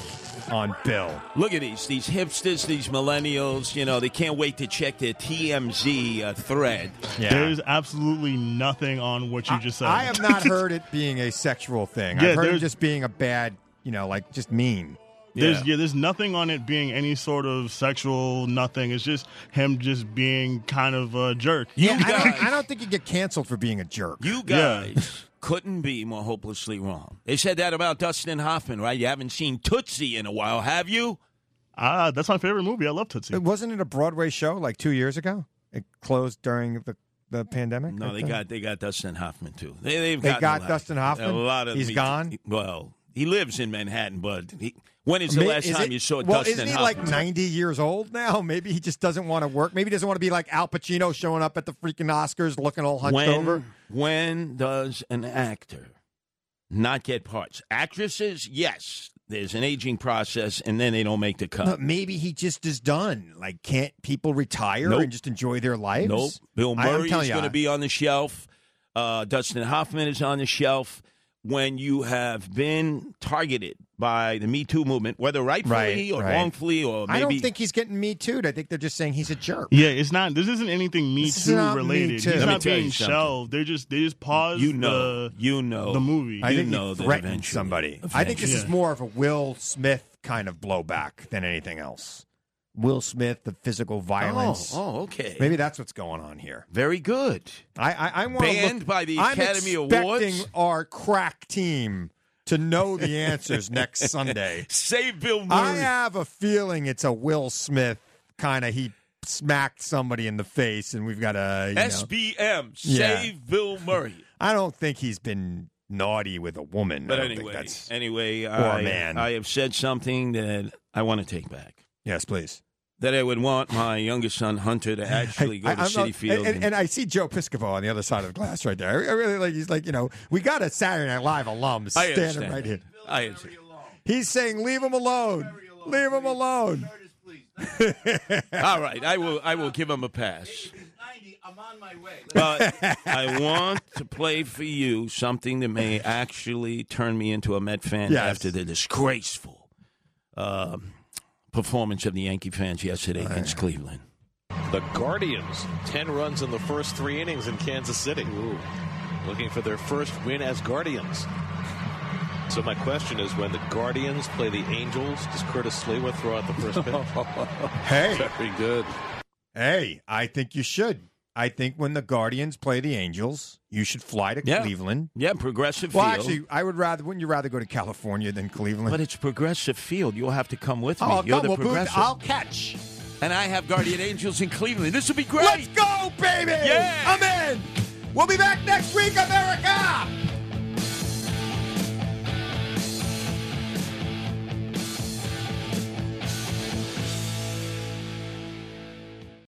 C: on Bill.
B: Look at these, these hipsters, these millennials. You know, they can't wait to check their TMZ uh, thread.
C: Yeah.
D: There's absolutely nothing on what you just said.
C: I have not heard it being a sexual thing.
D: Yeah,
C: I've heard it
D: there's-
C: just being a bad, you know, like just mean.
D: There's
B: Yeah.
D: yeah. there's nothing on it being any sort of sexual nothing. It's just him just being kind of a jerk.
B: You
C: I
B: guys,
C: don't, I don't think you get canceled for being a jerk.
B: you guys couldn't be more hopelessly wrong. They said that about Dustin Hoffman, right? You haven't seen Tootsie in a while, have you?
D: Ah, that's my favorite movie. I love Tootsie.
C: It wasn't it a Broadway show like two years ago? It closed during the the pandemic.
B: No,
C: I
B: they
C: think?
B: got they got Dustin Hoffman too. They they've
C: They
B: gotten
C: got
B: a lot.
C: Dustin
B: A
C: Hoffman?
B: lot of
C: He's
B: me-
C: gone?
B: Well, he lives in Manhattan, but he, when is the
C: May-
B: last
C: is
B: time
C: it-
B: you saw
C: well,
B: Dustin
C: isn't he
B: Hoffman?
C: like 90 years old now? Maybe he just doesn't want to work. Maybe he doesn't want to be like Al Pacino showing up at the freaking Oscars looking all hunched
B: when,
C: over.
B: When does an actor not get parts? Actresses, yes. There's an aging process, and then they don't make the cut.
C: No, maybe he just is done. Like, can't people retire
B: Nope.
C: and just enjoy their lives?
B: Nope. Bill
C: I- I'm
B: Murray
C: telling
B: is
C: you,
B: going to
C: I-
B: be on the shelf. Uh, Dustin Hoffman is on the shelf. When you have been targeted by the Me Too movement, whether rightfully
C: Right,
B: or
C: right.
B: wrongfully, or maybe
C: I don't think he's getting me too. I think they're just saying he's a jerk.
D: Yeah, it's not. This isn't anything Me
C: This is
D: Too
C: not Me
D: related.
C: Too.
D: He's
C: Let
B: me
D: not
B: tell you
D: being
B: something.
D: shelved. They just they just paused.
B: you know,
D: the-
B: you know
D: the movie.
B: You
D: I
C: I think
B: know
C: he
B: that
C: threatened
B: eventually-
C: somebody. I think this
D: eventually.
C: is more of a Will Smith kind of blowback than anything else. Will Smith, the physical violence.
B: Oh, oh, okay.
C: Maybe that's what's going on here.
B: Very good.
C: I I, I want
B: Banned
C: look,
B: by the
C: I'm
B: Academy
C: expecting
B: Awards?
C: Our crack team to know the answers next Sunday.
B: Save Bill Murray.
C: I have a feeling it's a Will Smith kind of he smacked somebody in the face, and we've got a you know-
B: SBM.
C: Yeah.
B: Save Bill Murray.
C: I don't think he's been naughty with a woman.
B: But
C: I don't think
B: anyway,
C: that's
B: anyway,
C: a
B: I,
C: man.
B: I have said something that I want to take back.
C: yes, please.
B: That I would want my youngest son Hunter to actually go
C: I-
B: to
C: I'm
B: City
C: not-
B: Field.
C: and, and, I see Joe Piscopo on the other side of the glass right there. I really like. He's like, you know, we got a Saturday Night Live alum
B: I
C: standing
B: understand.
C: right here.
B: I understand.
C: He's saying, "Leave him alone. Leave him alone."
B: All right, I will. I will give him a pass. But I want to play for you something that may actually turn me into a Met fan
J: Yes.
B: after the disgraceful um performance of the Yankee fans yesterday
C: Oh,
B: against Cleveland.
M: The Guardians, 10 runs in the first three innings in Kansas City. Looking for their first win as Guardians. So my question is, when the Guardians play the Angels, does Curtis Slewa throw out the first pitch?
C: Hey,
M: very good.
C: Hey, I think you should. I think when the Guardians play the Angels, you should fly to
B: Yeah.
C: Cleveland.
B: Yeah, Progressive
C: Well,
B: Field.
C: actually, I would rather. Wouldn't you rather go to California than Cleveland?
B: but it's Progressive Field. You'll have to come with me.
C: Oh,
B: You're
C: come
B: the
C: on, Booth,
B: Progressive.
C: I'll catch.
B: And I have Guardian Angels in Cleveland. This will be great.
C: Let's go, baby!
B: Yeah.
C: I'm in. We'll be back next week, America.